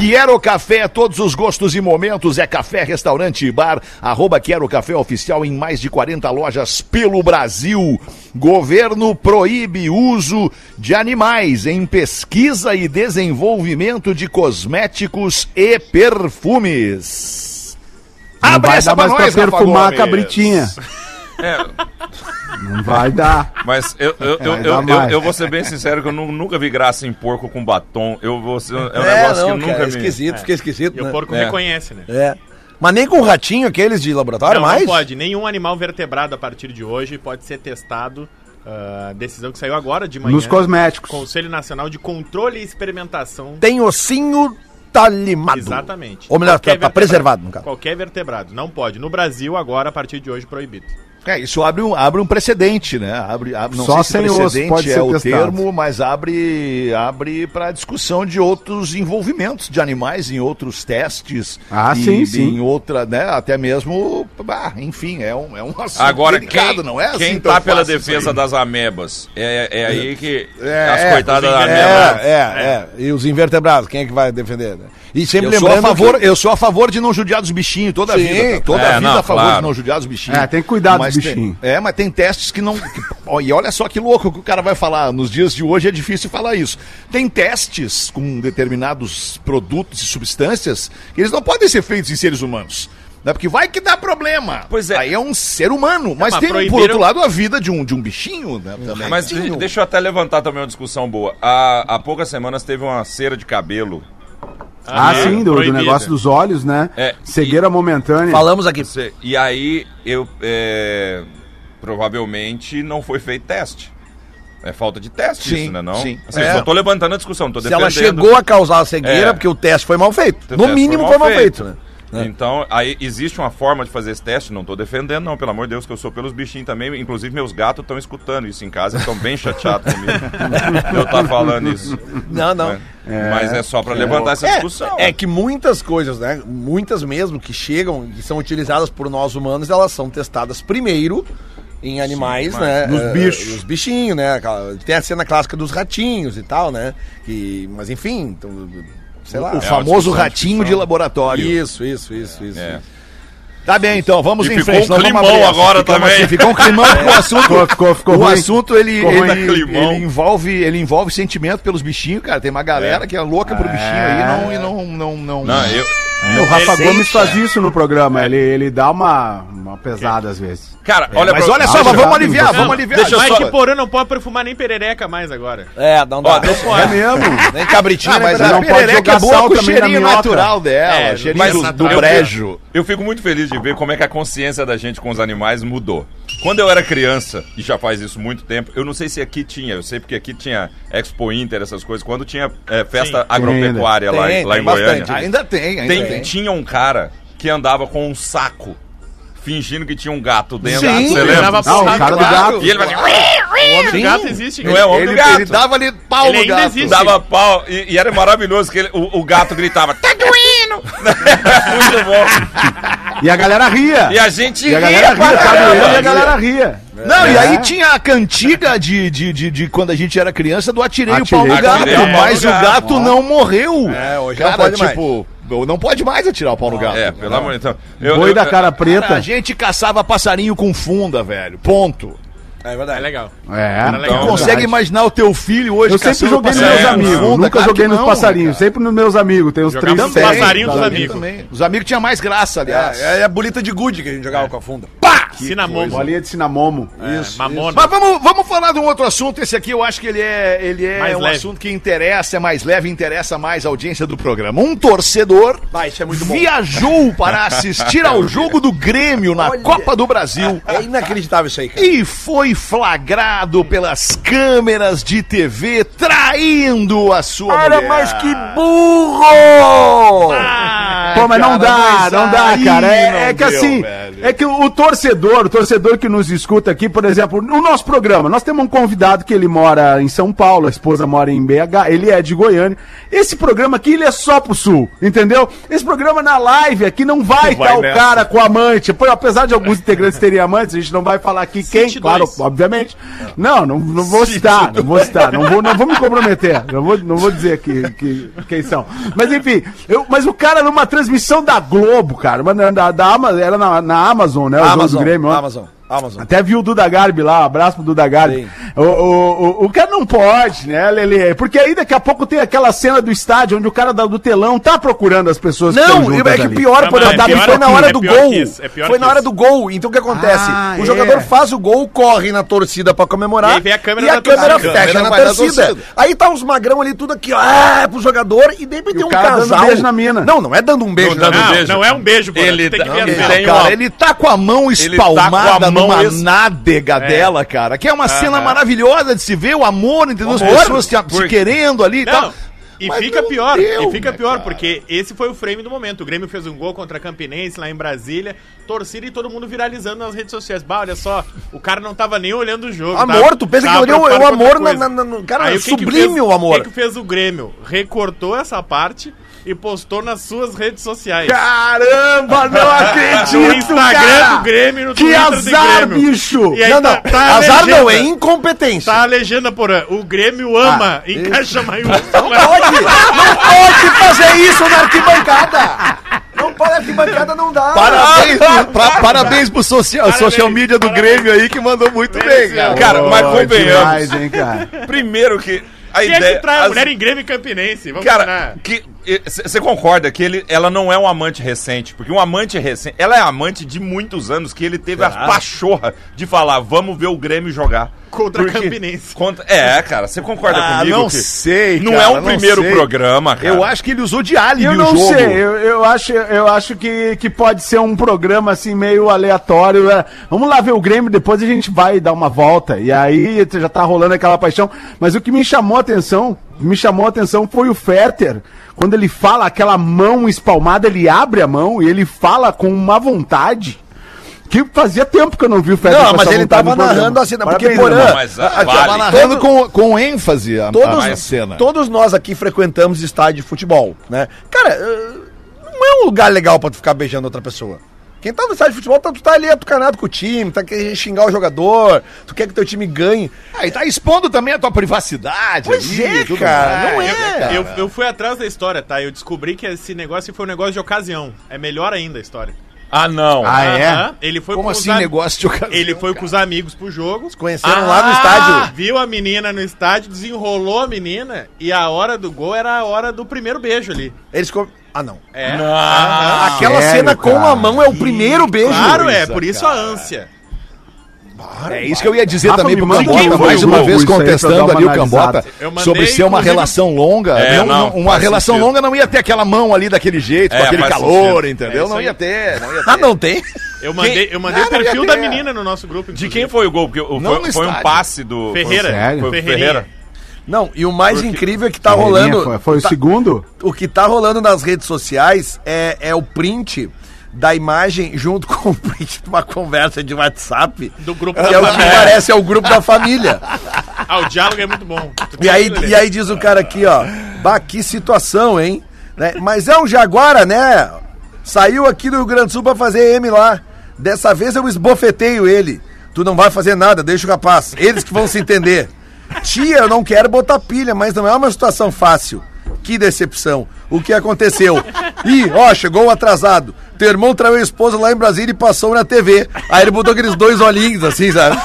D: Quero Café, todos os gostos e momentos. É café, restaurante e bar. Arroba Quero Café Oficial em mais de 40 lojas pelo Brasil. Governo proíbe uso de animais em pesquisa e desenvolvimento de cosméticos e perfumes.
F: Não
D: Abre
F: vai
D: essa
F: dar
D: pra
F: mais pra
D: nós, Rafa
F: perfumar a
D: Gomes.
F: cabritinha.
H: É,
F: Não vai dar.
H: mas eu, eu, eu,
F: Vai
H: eu,
F: dar
H: eu-
F: mais.
H: eu vou ser bem sincero que eu nu- nunca vi graça em porco com batom. Eu vou ser, é um
J: É,
H: negócio
J: não,
H: que eu
J: cara,
H: nunca
J: é
H: vi.
J: esquisito, fica esquisito,
K: E o
J: né?
K: porco
H: É.
K: reconhece, né?
J: É. Mas nem com o ratinho aqueles de laboratório,
K: não,
J: mais?
K: não pode. Nenhum animal vertebrado a partir de hoje pode ser testado. Ah, decisão que saiu agora de manhã.
F: Nos cosméticos.
K: Conselho Nacional de Controle e Experimentação.
J: Tem ossinho talimado.
K: Exatamente.
J: Ou melhor, tá- tá
K: vertebrado.
J: preservado, no caso.
K: Qualquer vertebrado. Não pode. No Brasil, agora, a partir de hoje, proibido.
D: É, isso abre um, abre um precedente, né? Abre, abre, não
F: Só
D: sei
F: sem
D: se
F: osso
D: precedente
F: pode
D: é
F: ser
D: o
F: testado.
D: termo, mas abre, abre para discussão de outros envolvimentos de animais em outros testes.
F: Ah,
D: e-
F: sim,
D: e
F: sim.
D: Em outra, né? Até mesmo, bah, enfim, é um, é um assunto
H: Agora,
D: delicado,
H: quem,
D: não é assim
H: quem
D: tão
H: tá pela
D: fácil isso
H: defesa
D: aí.
H: das amebas, é, é aí que
J: É,
H: as
J: é,
H: coitadas da
J: é,
H: ameba...
J: é, é. E os invertebrados, quem é que vai defender? né? E sempre
D: Eu sou, a
J: lembrando
D: favor,
J: que-
D: eu sou a favor de não judiar dos bichinhos toda a
J: Sim.
D: vida. tá? Toda
H: É,
D: a vida
H: não,
D: a favor
H: claro.
D: de não judiar os bichinhos.
F: É, tem que cuidar dos
D: Mas tem-
F: bichinhos.
D: é, mas tem testes que não. que- ó, e olha só que louco que o cara vai falar. Nos dias de hoje é difícil falar isso. Tem testes com determinados produtos e substâncias que eles não podem ser feitos em seres humanos. Né? Porque vai que dá problema.
H: Pois é.
D: Aí é um ser humano. Mas
K: mas
D: tem, por
K: proibiram-
D: outro lado, a vida de um, de um bichinho. Né?
J: É
D: Também.
H: Mas de-
J: um
H: deixa eu até levantar também uma discussão boa. Há, há poucas semanas teve uma cera de cabelo
F: Ah,
H: É,
F: sim, do, do
H: proibida.
F: negócio dos olhos, né?
H: É,
F: Cegueira momentânea.
J: Falamos aqui.
H: Cê- E aí, eu. é, provavelmente não foi feito teste. É falta de teste
D: Sim,
H: isso, né? Não?
D: sim.
H: Assim,
J: É.
H: Só tô levantando a discussão, tô
J: Se ela
H: defendendo.
J: chegou a causar a cegueira,
H: É.
J: porque o teste foi mal feito.
H: O
J: no
H: teste
J: mínimo foi mal feito, né?
H: Então, aí existe uma forma de fazer esse teste, não tô defendendo, não, pelo amor de Deus, que eu sou pelos bichinhos também. Inclusive, meus gatos estão escutando isso em casa, estão bem chateados
J: <laughs>
H: comigo. de eu estar falando isso.
J: Não, não.
H: né? Mas é só para levantar essa discussão. né?
J: É, é que muitas coisas, né? Muitas mesmo que chegam e são utilizadas por nós humanos, elas são testadas primeiro em animais,
H: mas
J: né?
F: nos
J: eh,
F: bichos.
J: Nos bichinhos, né? Aquela- Tem a cena clássica dos ratinhos e tal, né? Que, mas enfim, então, sei lá.
D: O famoso É,
H: discussão,
D: ratinho de
H: discussão.
D: laboratório.
J: Isso, isso, isso, isso.
H: É.
D: Tá bem, então, vamos
H: E
D: em
H: ficou
D: frente.
H: um
D: nós vamos
H: climão
D: abrir essa.
H: agora
D: Ficamos
H: também. É.
D: assim, Ficou um climão
H: <laughs>
D: com o
F: Ficou,
D: assunto.
F: ficou, ficou
D: o
F: ruim.
D: assunto ele,
F: Ficou ruim.
D: ele,
H: Climão.
D: ele envolve ele envolve sentimento pelos bichinhos, cara. Tem uma galera que é louca pro bichinho aí e não e não não não.
H: Não, eu.
D: É.
F: O Rafa Gomes faz isso no programa, ele, ele dá uma, uma pesada às vezes.
H: Cara, olha
D: Mas
H: pra-
D: olha
F: Ah,
D: só, mas
F: já-
D: vamos aliviar,
F: Não,
D: vamos aliviar.
H: deixa eu
D: Vai
H: só-
D: que
K: Que porã não pode perfumar nem perereca mais agora.
J: É, não dá.
H: Ó, deixa-
F: É mesmo?
J: Nem cabritinho,
D: Ah,
J: mas
D: mas
F: Não
D: a
F: pode
D: perereca é
F: jogar
D: boa
F: sal
D: com o
F: também na
D: cheirinho
F: minhoca.
D: natural dela,
K: É,
D: o cheirinho
H: mas
D: do, do
H: eu-
D: brejo.
H: Eu fico muito feliz de ver como é que a consciência da gente com os animais mudou. Quando eu era criança, e já faz isso muito tempo, eu não sei se aqui tinha, eu sei porque aqui tinha Expo Inter, essas coisas, quando tinha é, festa agropecuária lá,
J: Tem,
H: em- lá
J: tem
H: em
J: bastante.
H: Goiânia.
D: Ainda tem, ainda
H: Tem-
D: tem.
H: tinha um cara que andava com um saco, fingindo que tinha um gato dentro.
J: Sim,
H: você
J: ele
H: lembra?
K: andava
F: Não, o
K: Sabe,
F: cara do
K: claro.
F: gato.
H: E ele fazia,
K: O gato existe.
H: não é o homem do
D: Ele,
H: gato.
D: ele dava ali pau
K: Ele
D: no
K: ainda
D: gato.
K: existe.
H: Dava pau e, e era maravilhoso que ele- o, o gato gritava, tá
K: <laughs>
H: doendo! muito bom.
F: E a galera ria.
H: E a gente
F: E a galera
H: ria pra
F: ria, tá
H: caramba.
F: doendo e a galera ria.
D: Não, e
F: É.
D: aí tinha a cantiga de, de, de, de quando a gente era criança do atirei, o pau no
F: Atirei.
D: gato,
H: Atirei o pau no
D: mas
H: gato.
D: o gato não morreu.
J: É, hoje não pode mais.
D: tipo, não pode mais atirar o pau no gato.
H: É, pelo amor de Deus. Eu-
F: Boi
H: eu-
F: da cara
D: Cara,
F: preta.
D: a gente caçava passarinho com funda, velho. Ponto.
J: É
K: É
J: verdade.
K: legal.
F: É.
K: Era legal.
H: Não,
D: Consegue
F: verdade.
D: imaginar o teu filho hoje
F: Eu sempre
D: caçando
F: joguei nos
D: passarinho
F: meus
H: É,
D: com
F: amigos,
D: funda?
F: nunca
D: Claro
F: joguei
D: que
F: nos
D: não,
F: passarinhos, sempre nos meus amigos, tem os
K: Jogava
F: três
K: nos
D: Também,
F: sets.
K: passarinhos dos
D: também,
K: amigos.
D: também. Os amigos tinham mais graça, aliás.
J: É, é a bolita de gude que a gente jogava com a funda.
K: Cinamomo.
F: Bolinha de cinamomo.
K: É, Mamona.
D: Mas vamos, vamos falar de um outro assunto. Esse aqui eu acho que ele é, ele é
K: Mais
D: um
K: leve.
D: assunto que interessa, é mais leve, interessa mais a audiência do programa. Um torcedor
J: Ah, isso é muito
F: <laughs>
J: bom.
D: viajou para assistir ao jogo do Grêmio na
J: Olha.
D: Copa do Brasil.
J: É inacreditável isso aí, cara.
D: E foi flagrado pelas câmeras de TV traindo a sua mulher.
J: burro!
D: Ah,
F: Pô, mas
D: cara,
F: não dá,
D: mas
F: não dá,
D: aí
F: cara. É,
D: não
F: é que
D: deu,
F: assim,
D: velho.
F: é que o torcedor, o torcedor que nos escuta aqui, por exemplo, no nosso programa, nós temos um convidado que ele mora em São Paulo, a esposa mora em BH, ele é de Goiânia. Esse programa aqui, ele é só pro Sul, entendeu? Esse programa na live aqui não
D: Vai
F: vai estar o
D: nessa.
F: cara com amante. Pô, apesar de alguns integrantes terem amantes, a gente não vai falar aqui quem,
K: dois.
F: claro, obviamente. Não, não, não vou citar, não vou citar, não vou, não vou me comprometer, não vou, não vou dizer que, que- quem são. Mas enfim, eu- mas o cara numa transmissão da Globo, cara, mas na- da, da Ama- era na, na Amazon, né? o jogo do
J: Amazon,
F: Grêmio, ó.
J: Amazon, Amazon.
F: Até vi o Duda Garbi lá, abraço pro Duda Garbi.
J: Sim.
F: O, o, o, o cara não pode, né, Lele? Porque aí daqui a pouco tem aquela cena do estádio onde o cara da- do telão tá procurando as pessoas
J: Não,
F: estão juntas
J: é que
F: ali.
J: pior,
K: Não,
J: por
K: não, é
J: exemplo,
K: pior
J: foi na
K: que-
J: hora
K: é
J: do
K: pior
J: gol.
K: que isso, é pior
J: foi
K: que
J: na hora
K: isso.
J: do gol. Então o que acontece?
F: Ah,
J: o
F: é.
J: jogador faz o gol, corre na torcida pra comemorar.
K: E aí vem a câmera
J: e a
K: da
J: câmera
K: torcida.
J: fecha
D: A câmera
J: na
D: vai na
J: torcida.
D: torcida.
J: Aí tá os magrão ali tudo aqui, ó, ah, pro jogador e daí tem
F: o
J: um
F: cara dando
J: casal.
F: beijo na mina.
J: Não, não é dando um beijo
H: Não,
J: na mina.
H: um
K: Não,
H: beijo.
K: não é um beijo, porra.
H: Ele
K: tem que
H: dá-
K: ver
H: ele
K: as
H: dá-
K: vezes.
H: tem
D: cara,
H: uma-
D: ele tá com a mão
H: Ele tá com a
D: espalmada
H: mão
D: numa
H: es-
D: nádega dela, cara. Que é uma cena maravilhosa de se ver o amor entre duas
H: Amor,
D: pessoas se, se
H: porque-
D: querendo ali e tal.
J: Tá.
K: Não. E
D: Mas
K: fica
D: não
K: pior,
D: deu,
K: e fica
D: né,
K: pior,
D: cara?
K: porque esse foi o frame do momento. O Grêmio fez um gol contra a Campinense lá em Brasília, torcida e todo mundo viralizando nas redes sociais. Bah, olha só, o cara não tava nem olhando o jogo.
J: Amor,
K: tava-
J: tu pensa que
K: tava
J: olhou o-
K: preocupado
J: o
K: com outra
J: amor na-
K: coisa.
J: na- na- cara,
K: Aí o que que
J: sublime
K: fez-
J: o amor.
K: O que, que fez o Grêmio? Recortou essa parte e postou nas suas redes sociais. <laughs>
F: Caramba, não
K: No
F: acredito,
K: Instagram
F: cara!
K: do Grêmio e no
F: Que
K: Twitter
F: azar,
K: do Grêmio.
F: bicho!
K: E aí
J: não, não.
K: tá- tá a
J: Azar não, é
K: legenda.
J: incompetência.
K: Tá a legenda, porra. O Grêmio
D: Ah,
K: ama. encaixa
D: <laughs>
K: um. maiúscula.
J: Pode, não pode fazer isso na arquibancada. Não pode, a arquibancada não dá.
D: Parabéns, Tá, pra- parabéns pro social,
K: Parabéns,
D: social media do
K: parabéns.
D: Grêmio aí que mandou muito bem, cara.
H: Cara, mas
F: Pô,
H: convenhamos.
J: <laughs>
F: demais, hein, cara?
H: Primeiro que a
K: Quem é
H: ideia.
K: que traz a
H: as-
K: mulher em Grêmio e Campinense? Vamos
H: Cara,
K: combinar.
H: que Você concorda que ele, ela não é um amante recente? Porque um amante recente. Ela é amante de muitos anos que ele teve a pachorra de falar: vamos ver o Grêmio jogar.
K: Contra a Campinense.
H: Contra- é, cara, você concorda
D: Ah,
H: comigo?
D: não
H: que
D: sei,
H: Não
D: cara,
H: é um
D: não
H: primeiro
D: sei.
H: programa, cara.
D: Eu acho que ele usou de álibi
F: Eu
D: o
F: não
D: jogo.
F: sei, eu, eu acho, eu acho que, que pode ser um programa assim meio aleatório. é, Vamos lá ver o Grêmio, depois a gente vai dar uma volta. E aí tu já tá rolando aquela paixão. Mas o que me chamou a atenção, me chamou a atenção foi o Ferter. Quando ele fala aquela mão espalmada, ele abre a mão e ele fala com uma vontade. Que fazia tempo que eu não vi o Ferter.
J: Não,
F: com
J: mas
F: essa
J: ele
F: vontade
J: tava
F: no programa.
J: narrando assim, né? porque
F: Parabéns,
J: Porã,
F: irmão.
H: mas, ah,
J: a- a-
H: vale.
J: tava narrando
D: Narrando com, com ênfase a,
J: todos,
D: a cena.
J: todos nós aqui frequentamos estádio de futebol, né? Cara, eh, não é um lugar legal pra tu ficar beijando outra pessoa. Quem tá no estádio de futebol, tá- tu tá ali atucanado com o time, tá querendo xingar o jogador, tu quer que teu time ganhe.
D: Ah, e tá expondo também a tua privacidade.
J: Pois
D: ali,
J: é,
D: tudo
J: cara,
D: mais,
J: não é.
D: né, cara?
K: Eu, eu fui atrás da história, tá? Eu descobri que esse negócio foi um negócio de ocasião. É melhor ainda a história.
H: Ah, não.
F: Ah, é?
K: Aham, Ele foi
D: Como
K: com os
D: assim,
K: am-
D: negócio de ocasião?
K: Ele foi com os amigos pro jogo.
J: Conheceram lá
K: Ah!
J: no estádio.
K: Viu a menina no estádio, desenrolou a menina e a hora do gol era a hora do primeiro beijo ali.
J: Eles com... Ah, não.
K: É.
H: Ah,
J: Aquela
F: sério,
J: cena com
F: cara?
J: a mão é o primeiro beijo.
K: Claro, é,
D: coisa,
K: por isso a ânsia.
D: É isso que eu ia dizer
F: Rafa,
D: também
F: me
D: pro
F: manda um
D: Cambota,
F: novo
D: mais uma
F: jogo,
D: vez
F: isso aí, pra dar
D: contestando
F: uma
D: ali o
F: analisada.
D: Cambota
K: Eu mandei,
D: sobre ser uma
K: inclusive-
D: relação longa.
H: um É,
D: não-
H: não,
D: não- uma
H: faz
D: relação
H: sentido.
D: longa não ia ter aquela mão ali daquele jeito,
H: É,
D: com aquele
H: faz
D: calor,
H: sentido.
D: entendeu?
K: É isso
D: não
K: aí.
D: ia ter, não ia ter.
J: Ah, não tem?
K: Eu mandei, eu mandei
D: Ah,
K: o
D: não,
K: perfil
D: já
K: da
D: tem, é.
K: menina no nosso grupo.
H: De
K: inclusive.
H: quem foi o gol? Porque o-
D: Não
H: foi,
D: no
H: foi um
D: estádio.
H: passe do.
K: Ferreira.
F: Sério?
H: Foi, foi o Ferreira.
K: Ferreirinha.
J: Não, e o mais incrível é que tá
F: Ferreirinha,
J: rolando.
F: Foi, foi o
J: tá-
F: segundo?
J: O que tá rolando nas redes sociais é, é o print da imagem junto <laughs> com o print de uma conversa de WhatsApp.
K: Do grupo
J: Que é
K: da
J: o que
K: família.
J: parece, é o grupo da família.
K: Ah, o diálogo é muito bom. Tu
J: E aí,
K: tem que ler.
J: e aí diz o cara aqui, ó. Bah, que situação, hein? Né? Mas é um Jaguara, né? Saiu aqui do Rio Grande do Sul pra fazer M lá. Dessa vez eu esbofeteio ele. Tu não vai fazer nada, deixa o rapaz. Eles que vão se entender. Tia, eu não quero botar pilha, mas não é uma situação fácil. Que decepção. O que aconteceu? Ih, ó, chegou o atrasado. Teu irmão traiu a esposa lá em Brasília e passou na TV. Aí ele botou aqueles dois olhinhos assim, sabe?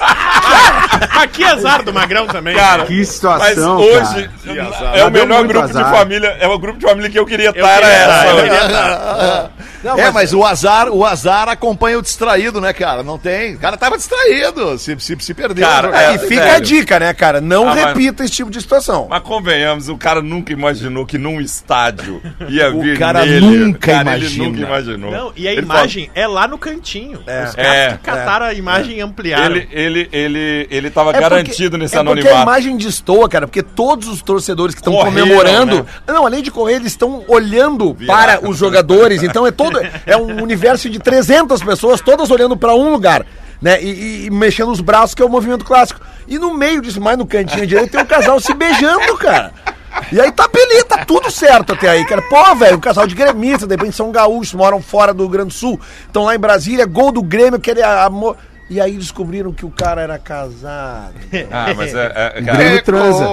K: Ah, que azar do Magrão também.
H: Cara,
F: Que
H: Mas
F: situação,
H: hoje
F: cara.
H: é o
F: Mas deu
H: melhor
F: muito
H: grupo de
F: azar.
H: família. É o grupo de família que eu queria
K: Eu
H: estar. Era
K: queria tá,
H: essa.
K: eu
H: hoje.
K: queria tá.
D: é, mas o azar, o azar acompanha o distraído, né, cara? Não tem. O cara tava distraído, se, se, se perdeu.
H: Cara,
D: na
J: Aí
D: jogada.
H: é,
J: fica a
H: velho.
J: dica, né, cara? Não
H: Ah, mas-
J: repita esse tipo de situação.
H: Mas convenhamos, o cara nunca imaginou que num estádio ia
D: O
H: vir
D: cara
H: nele. né?
D: nunca
H: Ele
D: imagina.
H: nunca imaginou.
K: Não, e a
H: Ele
K: imagem é lá no cantinho. Os caras
H: É,
K: que cataram a imagem e
H: fala,
K: ampliaram.
H: Ele, ele, ele, ele tava
J: É porque-
H: garantido nesse
J: é Porque a
H: anonimato.
J: imagem destoa, cara, porque todos os torcedores que estão
H: Correram,
J: comemorando.
H: né?
J: Não, além de correr, eles estão olhando
H: Viraram.
J: para os jogadores. Então é todo. É um universo de 300 pessoas, todas olhando para um lugar. Né, e, e- e mexendo os braços, que é o movimento clássico. E no meio disso, mais no cantinho direito, tem um casal se beijando, cara. E aí tá beleza, tá tudo certo até aí, cara. Pô, velho, um casal de gremistas, de repente são gaúchos, moram fora do Rio Grande do Sul, estão lá em Brasília, gol do Grêmio, querer amor. E aí descobriram que o cara era casado.
H: Ah, mas é, é,
F: O
H: cara,
F: Grêmio transa.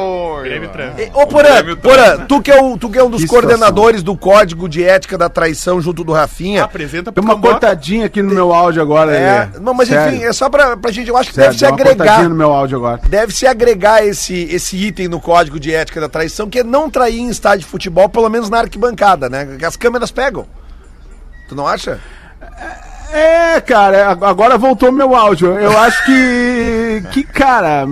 K: Grêmio transa.
J: Ô, Porã,
H: Grêmio tá-
J: Porã, tu que é, o, tu que é um dos
F: Que
J: coordenadores do Código de Ética da Traição junto do
D: É.
K: Tá
J: Rafinha.
K: Apresenta
F: Tem
K: pro
F: uma
K: Cambota.
F: cortadinha aqui no meu áudio agora.
J: é,
F: aí.
J: não, mas
F: Sério,
J: enfim, é só pra, pra gente. Eu acho que
F: sério,
J: deve se
F: deu uma cortadinha
J: agregar.
F: no meu áudio agora.
J: Deve se agregar esse, esse item no Código de Ética da Traição, que é não trair em estádio de futebol, pelo menos na arquibancada, né? Que as câmeras pegam. Tu não acha?
F: É, cara, ag- agora voltou meu áudio. Eu acho que. que, cara.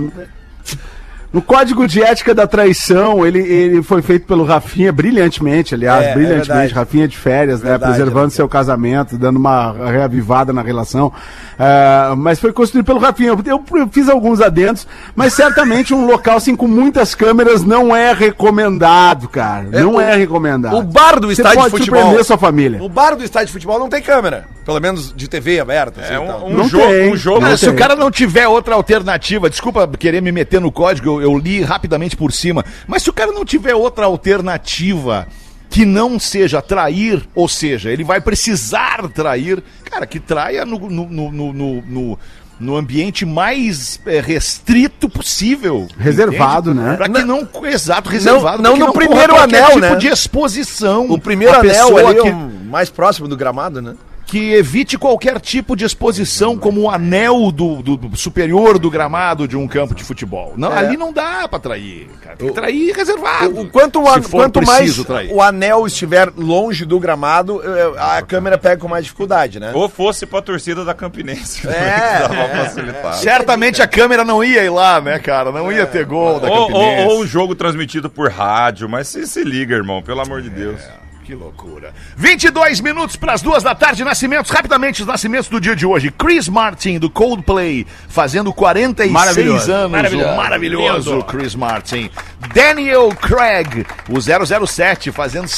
F: No código de ética da traição, ele, ele foi feito pelo Rafinha brilhantemente, aliás,
J: É, é
F: brilhantemente.
J: verdade.
F: Rafinha de férias,
J: Verdade,
F: né? Preservando
J: é
F: seu casamento, dando uma reavivada na relação. Ah, mas foi construído pelo Rafinha. Eu, eu fiz alguns adendos, mas certamente um local assim com muitas câmeras não é recomendado, cara. não
J: o-
F: é recomendado.
J: o bar do
F: Você
J: estádio
F: pode
J: de futebol.
F: surpreender sua família.
J: O bar do estádio de futebol não tem câmera. Pelo menos de TV aberta. assim,
H: é
J: e tal.
H: um, um
F: Não
H: jogo.
F: tem.
H: Um jogo
F: Não
J: é,
D: Cara,
J: assim.
D: se
F: tem.
D: o cara não tiver outra alternativa, desculpa querer me meter no código, eu, eu li rapidamente por cima, mas se o cara não tiver outra alternativa que não seja trair, ou seja, ele vai precisar trair, cara, que traia no, no, no, no, no- no- no ambiente mais eh, restrito possível.
F: Reservado, né?
D: Pra que não, exato, reservado.
J: não
D: pra que
J: no
D: corra
J: primeiro
D: qualquer
J: anel,
D: tipo
J: né?
D: de exposição.
J: O primeiro
D: A
J: anel
D: pessoa
J: ali é
D: que-
J: o mais próximo do gramado, né?
D: que evite qualquer tipo de exposição como o anel do, do- do superior do gramado de um campo de futebol. Não,
J: É.
D: Ali não dá pra trair, cara. Tem que trair reservado.
J: O, o quanto, o an-
D: Se for
J: quanto mais
D: preciso trair.
J: o anel estiver longe do gramado, eh, a câmera pega com mais dificuldade, né?
H: Ou fosse pra torcida da Campinense. que <laughs>
J: <laughs> É,
H: dava
J: é,
H: facilitar.
D: Certamente a câmera não ia ir lá, né, cara? Não ia ter
J: É.
D: gol da
H: Ou, ou,
D: Campinense.
H: ou o jogo transmitido por rádio, mas se, se liga, irmão, pelo amor de Deus.
D: Que loucura. 22 minutos para as duas da tarde, nascimentos. Rapidamente, os nascimentos do dia de hoje. Chris Martin, do Coldplay, fazendo 46
F: Maravilhoso.
D: anos.
K: Maravilhoso.
D: O maravilhoso
K: Lindo.
D: Chris Martin. Daniel Craig, o 007, fazendo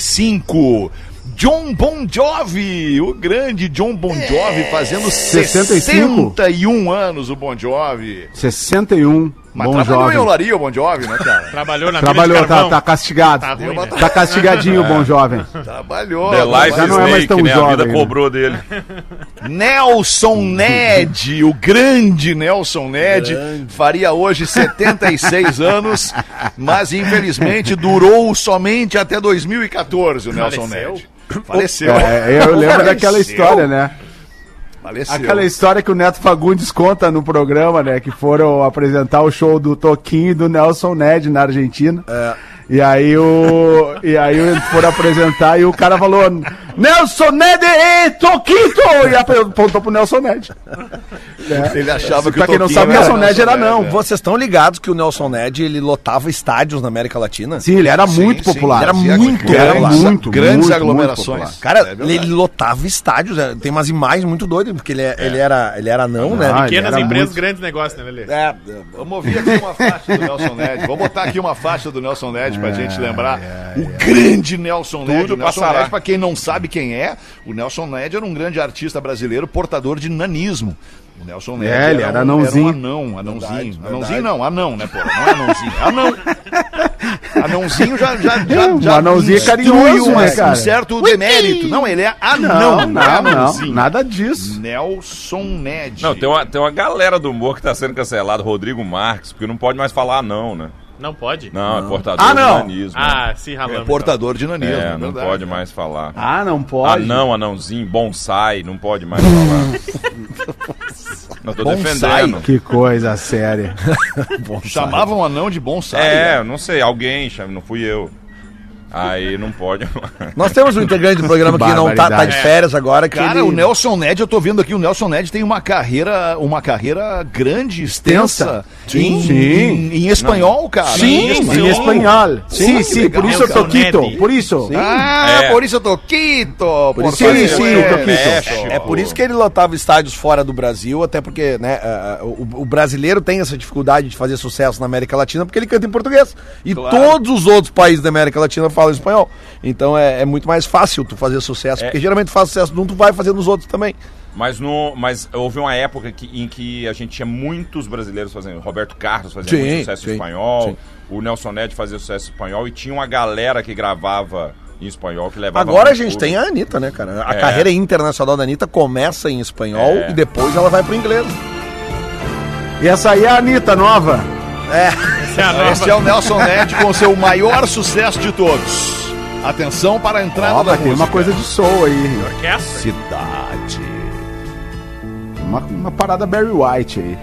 D: 55. John Bon Jovi, o grande John Bon Jovi, fazendo
F: 65?
D: 61 anos, o Bon Jovi.
F: 61.
D: Mas
F: bom
D: trabalhou
F: jovem.
D: em olaria o Bon Jovi, né,
K: <laughs>
D: cara?
K: Trabalhou na
F: Trabalhou,
K: mina de
F: tá,
K: carvão.
F: tá castigado.
K: Tá ruim, né?
F: Tá castigadinho, bom jovem.
D: trabalhou.
H: The
F: já
H: Life
D: trabalhou.
H: is
F: não é mais
H: Snake,
F: tão
H: né? a
F: jovem,
H: vida
F: né?
H: cobrou dele.
D: Nelson Ned, o grande Nelson Ned, faria hoje 76 anos, mas infelizmente durou somente até 2014 o Nelson
K: Faleceu?
D: Ned. Faleceu.
F: É, eu lembro daquela
D: Faleceu.
F: história, né?
D: Faleceu.
F: Aquela história que o Neto Fagundes conta no programa, né? Que foram apresentar o show do Toquinho e do Nelson Ned na Argentina. E aí o. E aí eles foram apresentar e o cara falou: Nelson Ned e Toquito! E ap- apontou pro Nelson Ned.
D: Ele achava que
F: Pra quem não
D: Toquinho
F: sabe, Nelson Ned era não.
D: né?
J: Vocês estão ligados que o Nelson Ned ele lotava estádios na América Latina?
F: Sim, ele era
D: Sim,
F: muito
D: sim,
F: popular.
J: era
D: fazia
J: muito,
D: grandes-
J: era
F: muito,
D: Grandes
F: muito, muito
D: aglomerações.
F: popular.
J: Cara,
D: É verdade.
J: ele lotava estádios, é, tem umas imagens muito doidas, porque ele, é- ele era, ele era anão, né?
F: Ah, ele
K: Pequenas
F: era
K: empresas,
F: muito-
K: grandes negócios, né, Lelê?
J: É,
D: Vamos ouvir aqui uma faixa do Nelson Ned. Vamos botar aqui uma faixa do Nelson Ned pra gente lembrar. o grande Nelson Ned.
H: Tudo
D: o Nelson
H: passará.
D: Ned, pra quem não sabe quem é, o Nelson Ned era um grande artista brasileiro portador de nanismo. O Nelson Ned
F: É, ele era
D: um,
F: anãozinho.
D: Era um anão, anãozinho.
J: Verdade,
D: anãozinho
J: verdade.
D: não, anão, né, pô? Não é anãozinho.
F: <laughs>
D: Anão. Anãozinho já, já, já,
F: É, um
D: já
F: anãozinho é
D: instrui
F: carinhoso, né,
D: um-
F: cara?
D: um certo demérito. Não, ele é anão.
F: Não, não,
D: é
F: não,
D: anãozinho.
F: nada disso.
D: Nelson Ned.
H: Não, tem um uma, tem uma galera do humor que tá sendo cancelado, Rodrigo Marques, porque não pode mais falar não, né?
K: Não pode?
H: Não, é portador
F: Ah, não.
H: de nanismo.
K: Ah, se ralamos.
D: É portador de nanismo,
H: é,
D: é
H: não
D: verdade.
H: pode mais falar.
F: Ah, não
H: Ah,
F: pode.
H: não, anãozinho, bonsai, não pode mais falar. Eu tô
D: Bonsai?
H: defendendo.
F: Que coisa séria.
D: Chamavam o anão de bonsai.
H: É, eu não sei, alguém, chama, não fui eu. Aí não pode. mais.
J: nós temos <laughs> um integrante do programa que não tá, tá de
F: barbaridade.
J: férias agora. Que
D: Cara,
J: ele-
D: o Nelson Ned, eu tô vendo aqui, o Nelson Ned tem uma carreira, uma carreira grande, extensa. Em,
F: Sim.
D: Em, em espanhol, cara.
K: Sim,
D: Em espanhol.
F: Em espanhol.
D: Sim,
F: Sim, sim,
D: legal,
F: por isso eu
K: cara.
F: toquito.
K: Ned.
F: Por isso.
D: Ah,
H: É.
D: por isso eu tô quito. Por
F: isso eu tô quito.
J: É por isso que ele lotava estádios fora do Brasil, até porque né, ah, ah, o, o brasileiro tem essa dificuldade de fazer sucesso na América Latina porque ele canta em português. E todos os outros países da América Latina falam espanhol. Então é, é muito mais fácil tu fazer sucesso,
H: É.
J: porque geralmente tu faz sucesso num, tu vai fazer nos outros também.
H: Mas, no, mas houve uma época que- em que a gente tinha muitos brasileiros fazendo. Roberto Carlos fazia
J: Sim,
H: muito sucesso
J: sim,
H: em espanhol,
J: sim.
H: o Nelson Ned fazia sucesso em espanhol e tinha uma galera que gravava em espanhol que levava.
J: Agora a
H: muito
J: gente tem
H: público.
J: a Anitta, né, cara? A
H: É.
J: carreira internacional da Anitta começa em espanhol
H: É.
J: e depois ela vai pro inglês.
F: E essa aí é a Anitta nova.
K: Essa é a nova.
D: Esse é o Nelson Ned com seu maior sucesso de todos. Atenção para a entrada
F: Ó,
D: da
F: vai ter
D: música.
F: uma coisa de soul aí.
K: Orquestra.
D: Cidade.
F: Uma, uma parada Barry White aí.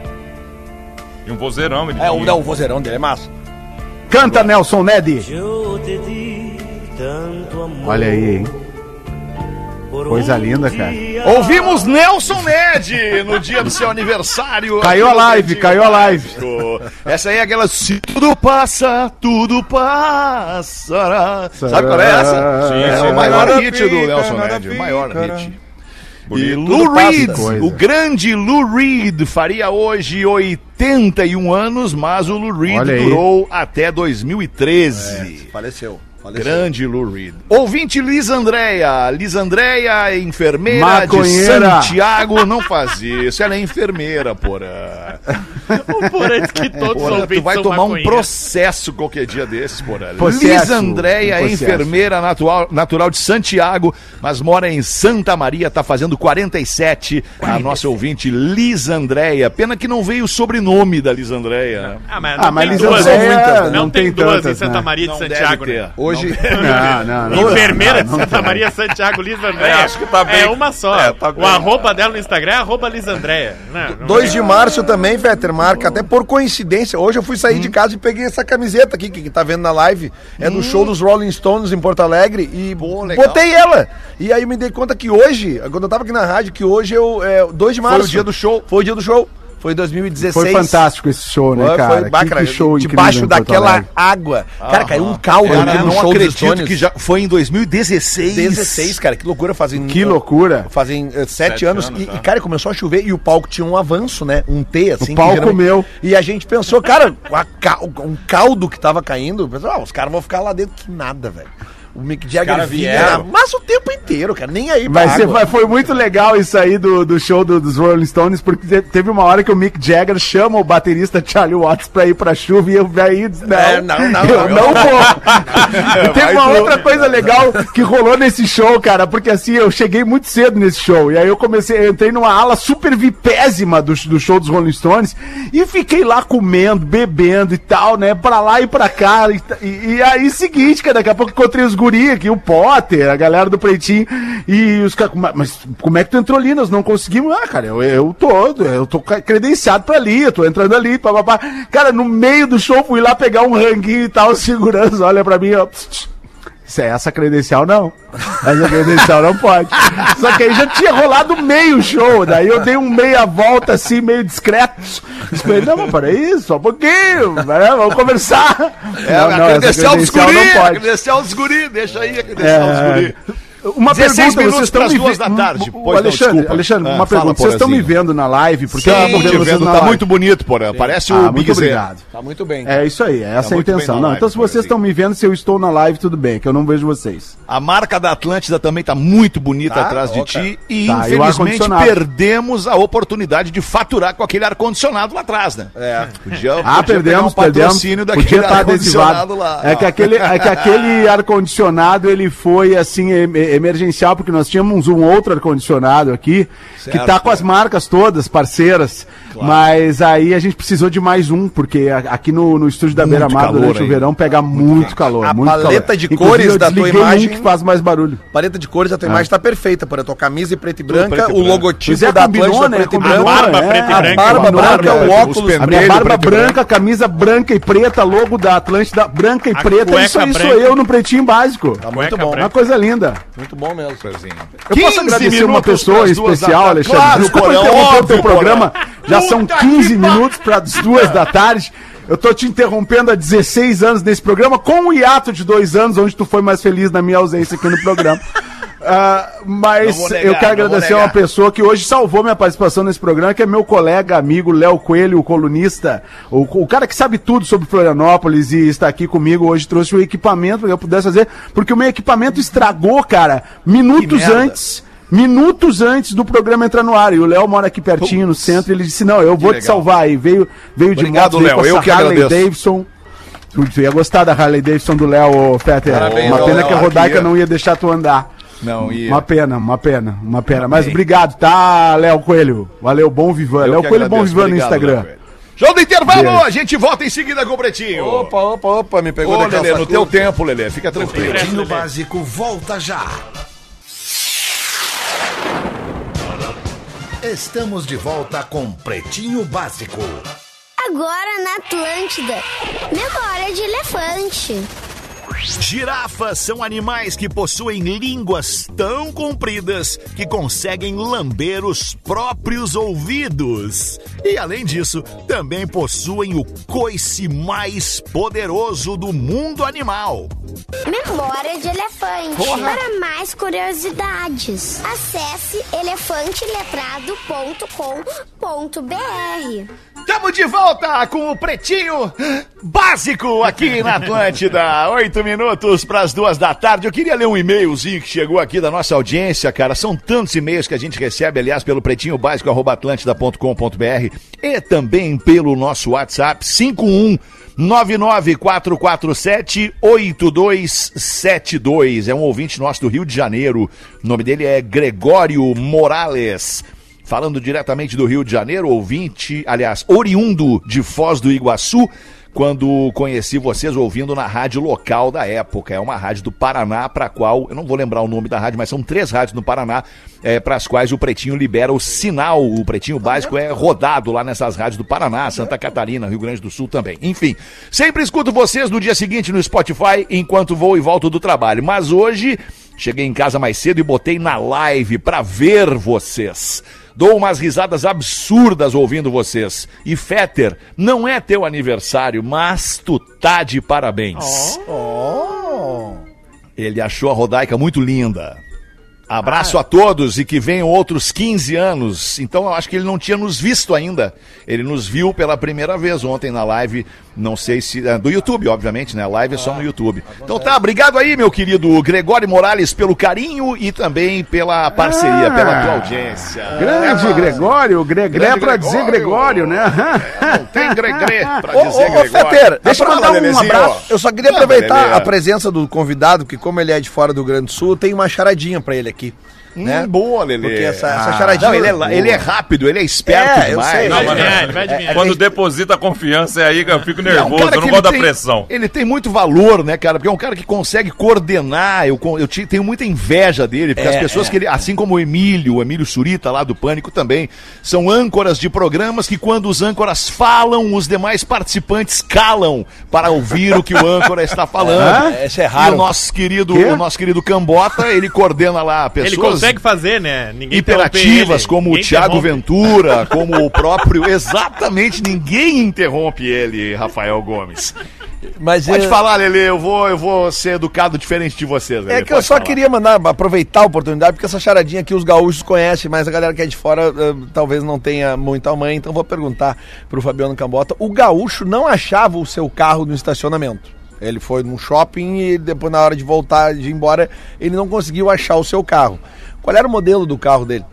H: E um vozeirão, ele
J: É, o,
H: tinha.
J: não, o vozeirão dele é massa.
F: Canta, Nelson Ned. Olha aí, hein?
J: um
F: Coisa linda, cara.
D: Ouvimos Nelson Ned no dia do seu aniversário.
F: Caiu a
D: Aqui no
F: live,
D: Pretinho
F: caiu a live.
D: Básico. Essa aí é aquela. Se tudo passa, tudo passará. Sabe qual é essa?
H: Sim,
D: é
H: sim.
D: o maior
H: Nada
D: hit
H: fica,
D: do Nelson
H: nada
D: Ned. O
H: fica.
D: maior hit. E
H: Bonito.
D: Lou
J: passa,
D: Reed,
F: coisa.
D: o grande Lou Reed, faria hoje 81 anos, mas o Lou Reed
F: Olha aí.
D: durou até 2013.
J: Faleceu. faleceu.
D: Grande Lou Reed. Ouvinte Liz Andréia. Liz Andréia, enfermeira
F: Maconheira.
D: de Santiago. Não faz isso. Ela é enfermeira, porã.
K: <laughs> O porém que todos os
D: Porã,
K: ouvintes
D: tu vai
K: são
D: tomar um
K: maconheiros.
D: processo qualquer dia desses, porã. Liz
F: Processo,
D: Andréia,
F: um processo.
D: enfermeira natural, natural de Santiago, mas mora em Santa Maria, tá fazendo 47. A nossa ouvinte Liz Andréia. Pena que não veio o sobrenome da Liz Andréia. né?
K: Ah, mas,
F: Ah, mas
K: tem
F: eles
K: duas.
F: são muitas,
K: Não,
F: né? Não
K: tem,
F: tem
K: duas em
F: tantas,
K: Santa
F: né?
K: Maria de
D: Não deve
K: Santiago,
D: ter.
K: né?
J: Hoje hoje.
F: Não, não, não.
K: Enfermeira de <laughs>
F: Não, não
K: Santa
F: tem.
K: Maria Santiago Liz Andréia.
H: É, acho que tá bem.
K: É uma só.
H: É, tá bem.
K: O arroba dela no Instagram é arroba Liz Andréia. Não, não
J: 2 de março também, Fetter, marca até por coincidência. Hoje eu fui sair
D: Hum.
J: de casa e peguei essa camiseta aqui, que, que tá vendo na live. É do show dos Rolling Stones em Porto Alegre e botei ela. E aí eu me dei conta que hoje, quando eu tava aqui na rádio, que hoje eu. É, 2 de março.
D: o dia do show.
J: Foi o dia do show. Foi 2016.
F: Foi fantástico esse show, né,
J: Foi,
F: cara?
J: foi bah,
F: Que-
J: cara,
F: que show incrível em
J: debaixo
F: Porto
J: daquela
F: Alegre.
J: água. Cara, caiu um caldo
D: Cara,
J: ali
D: Ah, eu
J: no
D: não
J: show dos
D: acredito
J: Stones.
D: que já foi em 2016.
J: 16, cara, que loucura fazem.
F: É Que loucura.
J: Fazem eh, sete
H: Sete
J: anos.
H: anos,
J: e,
H: tá.
J: e, cara, começou a chover e o palco tinha um avanço, né? Um T, assim. que
F: palco
J: geralmente-
F: meu.
J: E a gente pensou, cara, a ca- um caldo que tava caindo. Pensou, ah, os caras vão ficar lá dentro. Que nada, velho. O Mick Jagger
H: caras
J: vinha,
H: vieram.
J: né? mas o tempo inteiro, cara. Nem aí pra
F: Mas cê-
J: água.
F: mas foi muito legal isso aí do, do show do- dos Rolling Stones, porque te- teve uma hora que o Mick Jagger chama o baterista Charlie Watts pra ir pra chuva e eu daí diz, não,
J: É, não, não,
F: eu
J: não.
F: não
J: <laughs>
F: vou. E teve uma outra coisa legal que rolou nesse show, cara, porque assim, eu cheguei muito cedo nesse show, e aí eu comecei, eu entrei numa ala super vipésima do, do show dos Rolling Stones, e fiquei lá comendo, bebendo e tal, né, pra lá e pra cá, e, t- e- e aí seguinte, cara, daqui a pouco encontrei os guri aqui, o Potter, a galera do Pretinho, e os caras, "Ma- mas como é que tu entrou ali? Nós não conseguimos. Ah, cara, eu, eu tô, eu tô ca- credenciado pra ali, eu tô entrando ali, papapá. Cara, no meio do show fui lá pegar um ranguinho e tal, <laughs> os seguranças olha pra mim, ó. "Pss, tss, Isso é essa credencial não. Essa credencial não pode. Só que aí já tinha rolado meio show, daí eu dei um meia volta assim, meio discreto. Esperei, não, mas peraí, só um pouquinho, né, vamos conversar.
D: É,
F: não, não, essa
D: credencial dos guri,
F: não pode. É,
D: credencial dos guri, deixa aí a credencial dos guri.
F: Uma
D: 16
F: pergunta,
D: minutos
F: vocês estão
D: pras
F: me
D: duas
F: ve- Hum,
D: da tarde.
F: O- o
D: Pois não,
F: Alexandre,
D: desculpa.
F: Alexandre,
D: Ah,
F: uma
D: fala,
F: pergunta. Vocês estão me
D: Porazinho.
F: vendo na live? Porque eu tô
D: Estamos te
F: vocês
D: vendo,
F: na
D: tá
F: live.
D: muito bonito, Porã. Parece
F: Ah,
D: o
F: muito
D: Big Z.
F: obrigado.
J: Tá muito bem.
F: É isso aí, essa é a
D: Tá muito bem
F: intenção.
D: na
F: Não,
D: live,
F: então se vocês
D: Porazinho.
F: estão me vendo, se eu estou na live, tudo bem, que eu não vejo vocês.
D: A marca da Atlântida também tá muito bonita
J: Tá?
D: atrás de
J: Ó, cara.
D: ti. E
F: Tá, e o
D: infelizmente
F: ar-condicionado.
D: perdemos a oportunidade de faturar com aquele ar-condicionado lá atrás, né? É. Podia, um
F: Ah, perdemos, perdemos.
D: patrocínio
F: Podia
D: daquele
F: estar
D: ar-condicionado
F: adesivado.
D: lá.
F: É que aquele, é que aquele ar-condicionado, ele foi, assim, em- emergencial, porque nós tínhamos um outro ar-condicionado aqui, que tá com as marcas todas, parceiras, mas aí a gente precisou de mais um, porque a- aqui no, no estúdio da
D: Muito
F: Beira Mar,
D: calor
F: durante o
D: ainda.
F: verão, pega muito calor,
J: A
F: muito
J: paleta
F: calor.
J: de
F: Inclusive,
J: cores
F: eu
J: da tua
F: desliguei um
J: imagem-
F: que faz mais barulho.
J: Paleta de cores, a tua
F: Ah.
J: imagem tá perfeita, porra. Tua camisa em preto e branca,
D: preto e
J: o
D: branco.
J: logotipo
F: Pois é,
J: da
F: combinou,
J: Atlântida
F: né?
J: preto e
F: Combinou,
J: branco.
K: barba
F: é.
K: preta e
J: A
K: branca.
J: barba
F: Combinou, né?
J: branca, o
D: Os
J: óculos
F: A minha
D: Vermelho,
F: barba
D: preto e
F: branca, camisa branca e preta, logo da Atlântida, branca e
K: A
F: preta.
K: cueca
F: Isso aí sou
K: branca.
F: eu no pretinho básico.
J: Tá muito
K: Cueca
J: bom.
F: Uma
K: branca.
F: coisa linda.
J: Muito bom mesmo.
F: Eu posso
D: 15
F: agradecer
D: minutos
F: uma pessoa
D: pras duas
F: especial,
D: da-
F: Alexandre.
D: Claro,
F: Desculpa
D: Porã,
F: interromper o
D: óbvio,
F: teu programa. Já
D: Puta
F: são
D: que
F: 15
D: pa-
F: minutos para as duas da tarde. Eu tô te interrompendo há 16 anos nesse programa, com um hiato de dois anos, onde tu foi mais feliz na minha ausência aqui no
D: <laughs>
F: programa. Ah, mas
D: Não vou negar,
F: eu quero
D: não vou
F: agradecer
D: negar.
F: uma pessoa que hoje salvou minha participação nesse programa, que é meu colega, amigo Léo Coelho, o colunista, o, o cara que sabe tudo sobre Florianópolis e está aqui comigo hoje. Trouxe o equipamento para que eu pudesse fazer, porque o meu equipamento estragou, cara, minutos
D: merda.
F: antes. Minutos antes do programa entrar no ar. E o Léo mora aqui pertinho, no
D: Putz.
F: centro. Ele disse: Não, eu vou
D: legal.
F: te salvar. aí veio, veio de
D: Obrigado,
F: moto, veio
D: Léo,
F: com essa
D: eu que
F: Harley
D: agradeço.
F: Davidson. Tu tu ia gostar da Harley Davidson do Léo, ô, Fetter.
D: Parabéns,
F: Uma
D: Léo,
F: pena
D: Léo, Tá
F: que a Rodaica
D: aqui, ó.
F: não ia deixar tu andar.
D: Não, e...
F: Uma pena, uma pena, uma pena. Mas obrigado, tá, Léo Coelho? Valeu, bom vivan.
D: Eu
F: Léo
D: que
F: é Coelho, bom
D: agradeço.
F: vivan no
D: Obrigado,
F: Instagram.
D: Léo, velho. Show do intervalo,
F: Beijo.
D: a gente volta em seguida com o Pretinho.
J: Opa, opa, opa, me pegou
D: Ô,
J: da
D: Lelê,
J: calça
D: no
J: curta.
D: teu tempo, Lelê, fica tranquilo.
A: Pretinho Básico volta já. Estamos de volta com Pretinho Básico.
L: Agora na Atlântida. Memória de elefante.
I: Girafas são animais que possuem línguas tão compridas que conseguem lamber os próprios ouvidos. E além disso, também possuem o coice mais poderoso do mundo animal.
L: Memória de elefante. Para mais curiosidades, acesse elefanteletrado.com.br.
D: Estamos de volta com o Pretinho Básico aqui na Atlântida. Oito minutos para as duas da tarde. Eu queria ler um e-mailzinho que chegou aqui da nossa audiência, cara. São tantos e-mails que a gente recebe, aliás, pelo pretinho básico e também pelo nosso WhatsApp 51 994478272. É um ouvinte nosso do Rio de Janeiro. O nome dele é Gregório Morales. Falando diretamente do Rio de Janeiro, ouvinte, aliás, oriundo de Foz do Iguaçu, quando conheci vocês ouvindo na rádio local da época. É uma rádio do Paraná para a qual, eu não vou lembrar o nome da rádio, mas são três rádios no Paraná é, para as quais o Pretinho libera o sinal. O Pretinho Básico é rodado lá nessas rádios do Paraná, Santa Catarina, Rio Grande do Sul também. Enfim, sempre escuto vocês no dia seguinte no Spotify enquanto vou e volto do trabalho. Mas hoje cheguei em casa mais cedo e botei na live para ver vocês. Dou umas risadas absurdas ouvindo vocês. E Fetter, não é teu aniversário, mas tu tá de parabéns. Ele achou a Rodaica muito linda.
J: Ah.
D: Abraço a todos e que venham outros 15 anos. Então eu acho que ele não tinha nos visto ainda. Ele nos viu pela primeira vez ontem na live, não sei se. é, Do YouTube, obviamente, né? A live é
J: Ah.
D: só no YouTube. Então tá, obrigado aí, meu querido Gregório Morales, pelo carinho e também pela parceria,
J: Ah.
D: pela tua audiência.
F: Grande Gregório, Gregré
D: É Grande
F: pra dizer Gregório, né?
D: É, Não tem
J: <laughs>
D: gregrê pra
J: Ô,
D: dizer
J: ô, ô, Feter,
D: Gregório.
J: deixa eu mandar um
I: Lelezinho.
J: abraço. Eu só queria aproveitar
I: Lele.
J: a presença do convidado, que como ele é de fora do Rio Grande do Sul, eu tenho uma charadinha pra ele aqui. né?
D: Hum, boa, Lelê.
J: Porque essa, essa
D: Ah,
J: charadinha...
D: não, ele, é, la- ele é rápido, ele é esperto
J: É, eu
D: demais.
J: sei.
H: Não,
K: Vai
H: mas-
K: adivinhar, ele vai adivinhar.
H: Quando deposita a confiança, é aí que eu fico nervoso,
D: um cara
H: eu não
D: que
H: gosto da
D: ele tem-
H: pressão.
D: Ele tem muito valor, né, cara? Porque é um cara que consegue coordenar. Eu, con- eu te- tenho muita inveja dele, porque
H: É,
D: as pessoas que ele, assim como o Emílio, o Emílio Surita lá do Pânico também, são âncoras de programas que quando os âncoras falam, os demais participantes calam para ouvir o que o âncora está
H: <laughs>
D: falando.
J: É, isso é
D: E
J: raro.
D: o nosso querido,
F: Quê?
D: o nosso querido Cambota, ele coordena lá É, pessoas
K: Ele consegue fazer, né? Ninguém
D: imperativas,
K: interrompe
D: como o
K: ninguém
D: Thiago
K: interrompe.
D: Ventura,
K: <laughs>
D: como o próprio. Exatamente, ninguém interrompe ele, Rafael Gomes.
J: Mas é-
D: Pode
J: eu-
D: falar, Lele, eu vou, eu vou ser educado diferente de vocês. Lelê,
J: É que eu
D: pode
J: só
D: falar.
J: queria mandar, aproveitar a oportunidade, porque essa charadinha aqui os gaúchos conhecem, mas a galera que é de fora eh, talvez não tenha muita mãe, então vou perguntar pro Fabiano Cambota. O gaúcho não achava o seu carro no estacionamento. Ele foi num shopping e depois, na hora de voltar, de ir embora, ele não conseguiu achar o seu carro. Qual era o modelo do carro dele?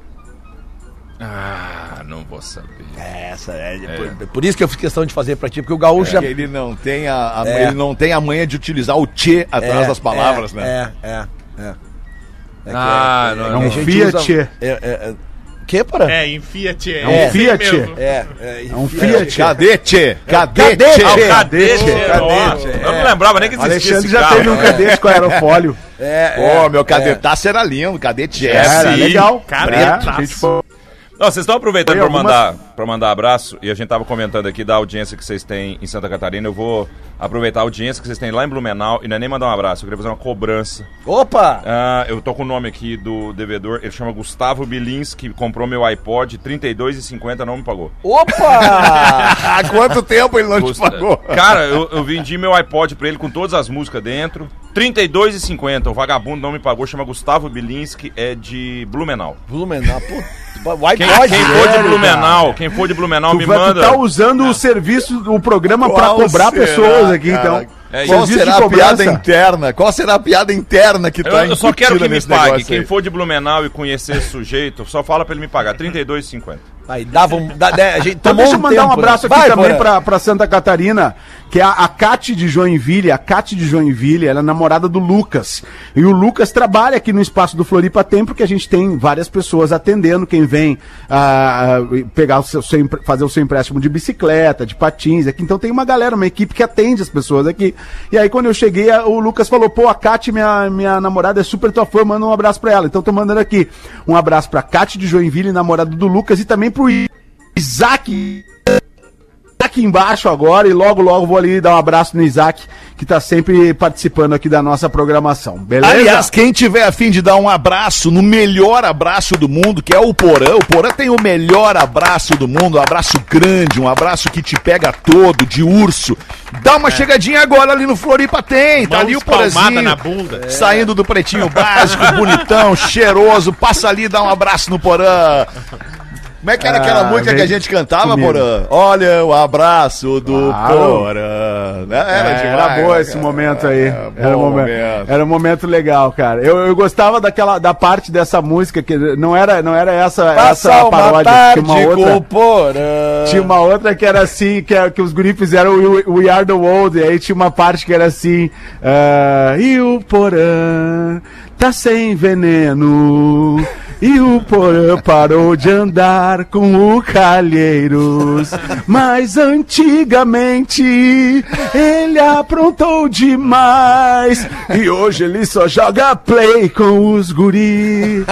H: Ah, não vou saber.
J: Essa é, Por, por isso que eu fiz questão de fazer pra ti, porque o gaúcho é- já.
D: É. Porque Ele não, tem a, a-
J: É.
D: ele não tem a manha de utilizar o tchê atrás
J: É,
D: das palavras,
J: é,
D: né?
J: É, é, é. É que-
H: Ah,
J: é-
H: não,
J: é
H: não.
J: que a
F: Um <laughs>
J: gente
F: Fiat.
J: usa- é- é- é- Que, para?
K: É, em Fiat. É,
F: um
K: assim
F: Fiat.
K: mesmo.
J: É, é,
F: É um Fiat.
D: Cadê tchê? Cadê
J: Cadê,
D: tchê?
H: Cadê?
J: tchê?
K: Cadê?
H: Nossa, Eu não lembrava nem que existia
F: Alexandre
H: esse
F: já
H: carro.
F: teve
D: né?
F: um cadete com aerofólio.
J: É,
D: Pô, meu cadetaço era lindo, cadê tchê? Né?
F: Era
H: É, sim.
F: É, legal.
K: É, Cara,
F: É,
K: tá.
F: a gente foi-
H: Não, vocês estão aproveitando
F: Tem
H: para
F: algumas-
H: mandar, pra mandar abraço, e a gente tava comentando aqui da audiência que vocês têm em Santa Catarina. Eu vou aproveitar a audiência que vocês têm lá em Blumenau, e não é nem mandar um abraço, eu queria fazer uma cobrança.
J: Opa!
H: Ah, eu tô com o nome aqui do devedor, ele chama Gustavo Bilinski, comprou meu iPod, R$32,50, não me pagou.
D: <laughs>
J: Opa!
D: Há quanto tempo ele não te
H: Custa-
D: pagou?
H: Cara, eu, eu vendi meu iPod pra ele com todas as músicas dentro. R$32,50. O vagabundo não me pagou, chama Gustavo Bilinski, é de Blumenau.
J: Blumenau, puta. O
H: Quem,
D: Ah,
J: iPod,
H: quem
J: né?
H: for de Blumenau, quem for de Blumenau,
F: Tu,
H: me
F: vai, tu
H: manda.
F: tá usando o serviço, o programa pra
D: Qual
F: cobrar
D: será,
F: pessoas aqui,
D: cara?
F: então.
H: É,
D: Qual
F: Serviço
D: será
F: de
D: a piada
F: cobrança.
D: interna? Qual será a piada interna que
H: Eu,
D: tá
H: eu só quero que
D: incutida
H: me
D: nesse
H: pague.
D: negócio
H: Quem
D: aí?
H: for de Blumenau e conhecer esse sujeito, só fala pra ele me pagar. R$32,50.
J: Aí dava um. da- né, a gente
F: Então
J: tomou
F: deixa eu mandar um,
J: tempo, né?
F: abraço aqui
J: Vai,
F: também
J: Porã.
F: pra, pra Santa Catarina, que é a, a Cate de Joinville. A Cate de Joinville, ela é namorada do Lucas. E o Lucas trabalha aqui no espaço do Floripa Tem, porque a gente tem várias pessoas atendendo, quem vem ah, ah, pegar o seu, seu empre- fazer o seu empréstimo de bicicleta, de patins aqui. Então tem uma galera, uma equipe que atende as pessoas aqui. E aí quando eu cheguei, a- o Lucas falou, pô, a Cate, minha, minha namorada, é super tua fã, manda um abraço pra ela. Então tô mandando aqui um abraço pra Cate de Joinville, namorado do Lucas, e também pro Isaac aqui embaixo agora e logo logo vou ali dar um abraço no Isaac que tá sempre participando aqui da nossa programação, beleza?
D: Aliás, quem tiver a fim de dar um abraço no melhor abraço do mundo, que é o Porã, o Porã tem o melhor abraço do mundo, um abraço grande, um abraço que te pega todo, de urso. Dá
F: É.
D: uma chegadinha agora ali no Floripa tem, tá
K: Mãos
D: ali o
K: palmada
D: Porãzinho.
K: na bunda.
D: É. Saindo do pretinho básico,
F: <laughs>
D: bonitão, cheiroso, passa ali e dá um abraço no Porã. Como é que era aquela
F: Ah,
D: música
F: vem
D: que a gente cantava,
F: comigo.
D: Porã? Olha o abraço do
F: Claro.
D: Porã. Né?
F: É, Era,
D: demais,
F: boa
D: né,
F: esse
D: cara?
F: momento aí.
D: É,
F: era, um
D: bom
F: momento,
D: momento.
F: era um momento legal, cara. Eu, eu gostava daquela da parte dessa música que não era, não era essa,
H: é
J: Passa
F: essa
J: uma
F: paródia.
J: tarde
F: tinha uma outra.
J: com o Porã.
H: Tipo,
F: Tinha uma outra que era assim, que, era- que os guris fizeram o We- We Are The World, e aí tinha uma parte que era assim, ah, e o porã tá sem veneno, E o porã parou de andar com o Calheiros. Mas antigamente ele aprontou demais. E hoje ele só joga play com os guri.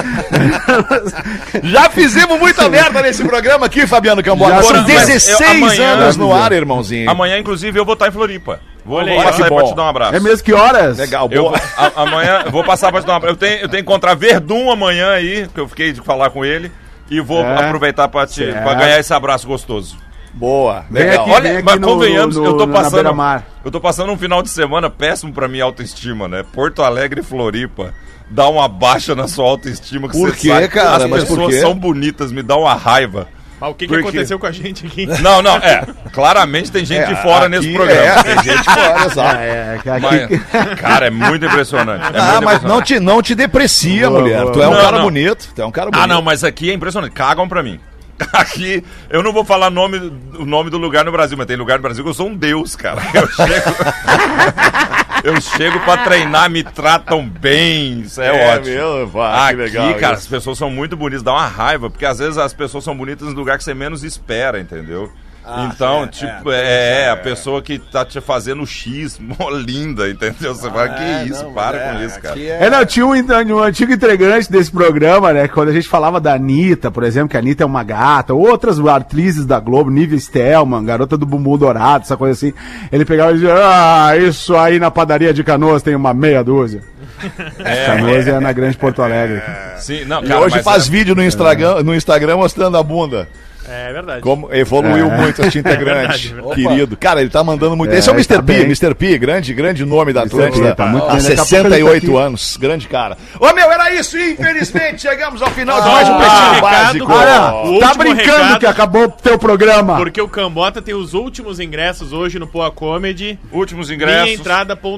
D: Já fizemos muita merda nesse programa aqui, Fabiano Cambota.
H: assim, Já
D: Foram
H: fizemos.
D: 16
H: Eu- amanhã-
D: anos no ar, irmãozinho.
H: Amanhã, inclusive, eu vou estar em Floripa. Vou,
K: Olha
H: vou
K: aí,
H: passar
D: que
H: aí pra
D: bom.
H: te dar um abraço.
F: É mesmo que horas?
D: Legal,
H: Eu
D: boa.
H: vou- a- amanhã vou passar pra te dar um abraço. Eu tenho, eu tenho que encontrar Verdun amanhã aí, que eu fiquei de falar com ele. E vou
F: É.
H: aproveitar pra, te,
F: Certo.
H: pra ganhar esse abraço gostoso.
D: Boa.
F: Vem
D: Legal.
F: aqui.
H: Olha,
F: vem
H: mas
F: no-
H: convenhamos,
F: no-
H: eu tô
F: na
H: passando.
F: beira-mar.
H: Eu tô passando um final de semana péssimo pra minha autoestima, né? Porto Alegre e Floripa. Dá uma baixa na sua autoestima que
D: Por
H: você
D: quê,
H: sabe.
D: cara?
H: As
D: Mas por
H: pessoas
D: quê?
H: são bonitas, me dá uma raiva.
K: Mas o que, que
H: Por quê?
K: aconteceu com a gente aqui?
H: Não, não, é. Claramente tem gente de fora nesse
D: aqui
H: programa.
D: É, tem gente
H: ah,
D: fora, exato.
F: É, que <laughs> aqui-
H: Mas, cara, é muito impressionante. é
D: Ah,
H: muito
D: mas não
H: impressionante.
D: te, não te deprecia,
F: Boa,
D: mulher.
F: boa.
D: Tu é um
H: Não,
D: cara
H: não.
D: bonito. Tu é um cara bonito.
H: Ah, não, mas aqui é impressionante. Cagam pra mim. <laughs> Aqui, eu não vou falar nome, o nome do lugar no Brasil, mas tem lugar no Brasil que eu sou um deus, cara. Eu chego. <laughs> eu chego pra treinar, me tratam bem. Isso é,
D: É
H: ótimo.
D: mesmo? Pá, que
H: aqui,
D: legal
H: cara,
D: isso.
H: as pessoas são muito bonitas, dá uma raiva, porque às vezes as pessoas são bonitas no lugar que você menos espera, entendeu?
D: Ah,
H: então, tipo, é, a pessoa que tá te fazendo X, mó <laughs> linda, entendeu?
D: Ah,
H: Você fala, que isso, para com isso, cara.
F: É, não, tinha um, ent- um antigo integrante desse programa, né? Quando a gente falava da Anitta, por exemplo, que a Anitta é uma gata, outras atrizes da Globo, Nívia Stelman, Garota do Bumbum Dourado, essa coisa assim. Ele pegava e dizia, ah, isso aí na padaria de Canoas tem uma meia dúzia. Canoas é na Grande Porto Alegre.
K: É.
H: É,
D: <laughs>
H: Sim, não,
D: E
H: cara,
D: hoje
H: mas
D: faz
H: é-
D: vídeo no Instagram, no Instagram mostrando a bunda.
K: É verdade.
D: Como evoluiu muito este <laughs>
K: verdade,
D: integrante,
K: é verdade.
D: querido. Cara, ele tá mandando muito.
F: É,
D: Esse é o
F: ele
D: Mr.
F: tá
D: P,
F: bem.
D: Mr. P, grande, grande nome da
F: P,
D: Atlântida.
F: tá muito
D: há
F: bem. Daqui a pouco ele tá
D: 68
F: aqui.
D: anos, grande cara. Ô meu, era isso. Infelizmente, chegamos ao final de mais um pretinho básico.
K: cara.
D: Ó,
K: O
F: tá
K: último
F: brincando
K: recado-
F: que acabou o teu programa.
K: Porque o Cambota tem os últimos ingressos hoje no Poa Comedy.
H: Últimos ingressos.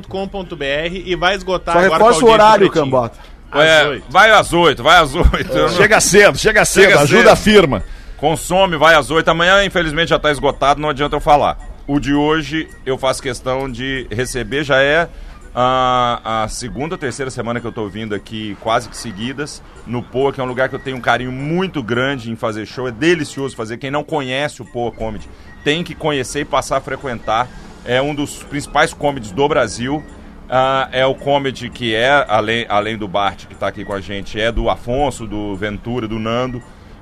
K: Minhaentrada.com.br e vai esgotar
F: Só
K: agora
F: reforça
K: com
F: o
K: a audiência
F: horário,
K: do Pretinho.
F: Cambota.
K: Às
H: É,
K: oito.
H: vai às oito, vai às oito. Eu não-
D: Chega cedo, chega cedo,
H: Chega
D: ajuda
H: cedo.
D: a firma.
H: Consome, vai às oito. Amanhã, infelizmente, já tá esgotado, não adianta eu falar. O de hoje eu faço questão de receber, já é ah, a segunda ou terceira semana que eu tô vindo aqui, quase que seguidas, no Poa, que é um lugar que eu tenho um carinho muito grande em fazer show. É delicioso fazer. Quem não conhece o Poa Comedy tem que conhecer e passar a frequentar. É um dos principais comedies do Brasil. Ah, é o comedy que é, além, além do Bart que tá aqui com a gente, é do Afonso, do Ventura, do Nando.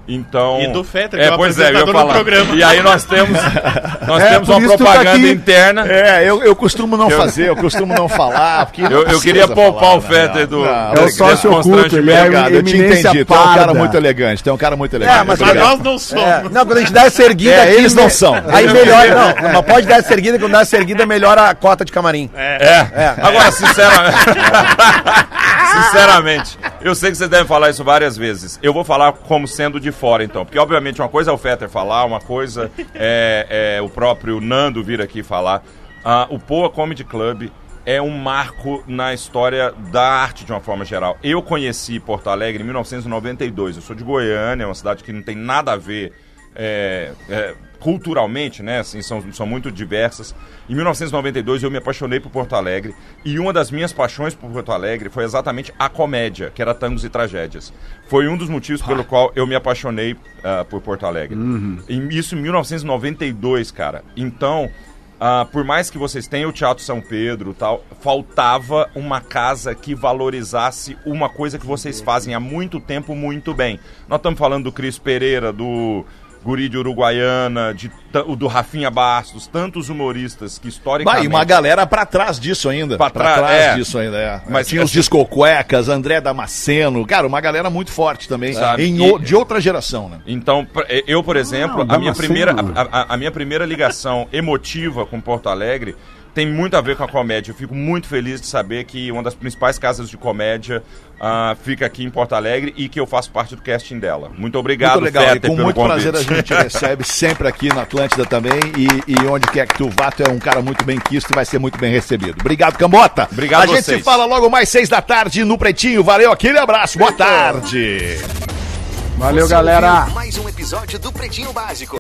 H: Então.
K: E do Fetter, que
H: é,
K: é o
H: pois é, eu ia
K: apresentador do
H: falar.
K: programa.
H: E aí nós
K: <laughs>
H: temos, nós
F: É,
H: temos
F: por
H: uma
F: isso tu tá
H: propaganda
F: aqui.
H: interna.
D: É, eu, eu costumo não fazer, eu costumo não falar. porque não
H: Eu, eu
D: precisa
H: queria poupar
D: falar,
H: o
D: né?
H: Fetter do.
D: Não,
H: do-
D: é o né?
H: desse
F: sócio oculto,
H: constrangimento.
F: ele é
D: Obrigado, eu te
F: Eminência
D: entendi. Tu é um cara
F: parda.
D: muito elegante, tu é um cara muito elegante.
J: mas
K: Mas
D: Obrigado.
K: nós não somos.
J: Não, quando a gente dá essa erguida.
D: É,
J: aqui, né?
D: eles não são.
J: Aí melhora, não. Mas pode dar essa erguida, quando dá essa erguida, melhora a cota de camarim.
H: É. Agora, sinceramente. <laughs> sinceramente, eu sei que vocês devem falar isso várias vezes. Eu vou falar como sendo de fora, então. Porque, obviamente, uma coisa é o Fetter falar, uma coisa é, é o próprio Nando vir aqui falar. Ah, o Poa Comedy Club é um marco na história da arte de uma forma geral. Eu conheci Porto Alegre em 1992. Eu sou de Goiânia, é uma cidade que não tem nada a ver é, é, culturalmente, né? Assim, são, são muito diversas. Em 1992 eu me apaixonei por Porto Alegre e uma das minhas paixões por Porto Alegre foi exatamente a comédia, que era tangos e tragédias. Foi um dos motivos pelo qual eu me apaixonei ah, por Porto Alegre. E isso em 1992, cara. Então, ah, por mais que vocês tenham o Teatro São Pedro e tal, faltava uma casa que valorizasse uma coisa que vocês fazem há muito tempo muito bem. Nós estamos falando do Cris Pereira, do Guri de Uruguaiana, de, ta- o do Rafinha Bastos, tantos humoristas que
D: Bah, e
H: historicamente...
D: uma galera pra trás disso ainda. Pra,
H: Pra trás,
D: trás
H: é.
D: disso ainda, é.
H: Mas
D: Tinha os
H: assim-
D: discocuecas, André Damasceno, cara, uma galera muito forte também,
H: Sabe,
D: em
H: e-
D: o- de outra geração, né?
H: Então, pra- eh, eu,
D: Ah,
H: por exemplo, a, minha
F: Damasceno.
H: primeira, a, a- a minha primeira ligação <laughs> emotiva com Porto Alegre tem muito a ver com a comédia. Eu fico muito feliz de saber que uma das principais casas de comédia ah, fica aqui em Porto Alegre e que eu faço parte do casting dela. Muito obrigado,
D: muito legal, e
H: Fetter,
D: com
H: pelo
D: muito
H: convite.
D: prazer a gente
H: <laughs>
D: te recebe sempre aqui na Atlântida também e, e onde quer que tu vá, tu é um cara muito bem quisto e vai ser muito bem recebido. Obrigado, Cambota.
H: Obrigado
D: A
H: a
D: gente
H: vocês.
D: se fala logo mais seis da tarde no Pretinho. Valeu, aquele abraço. Boa tarde.
F: Valeu,
A: Você
F: galera.
A: ouviu Mais um episódio do Pretinho Básico.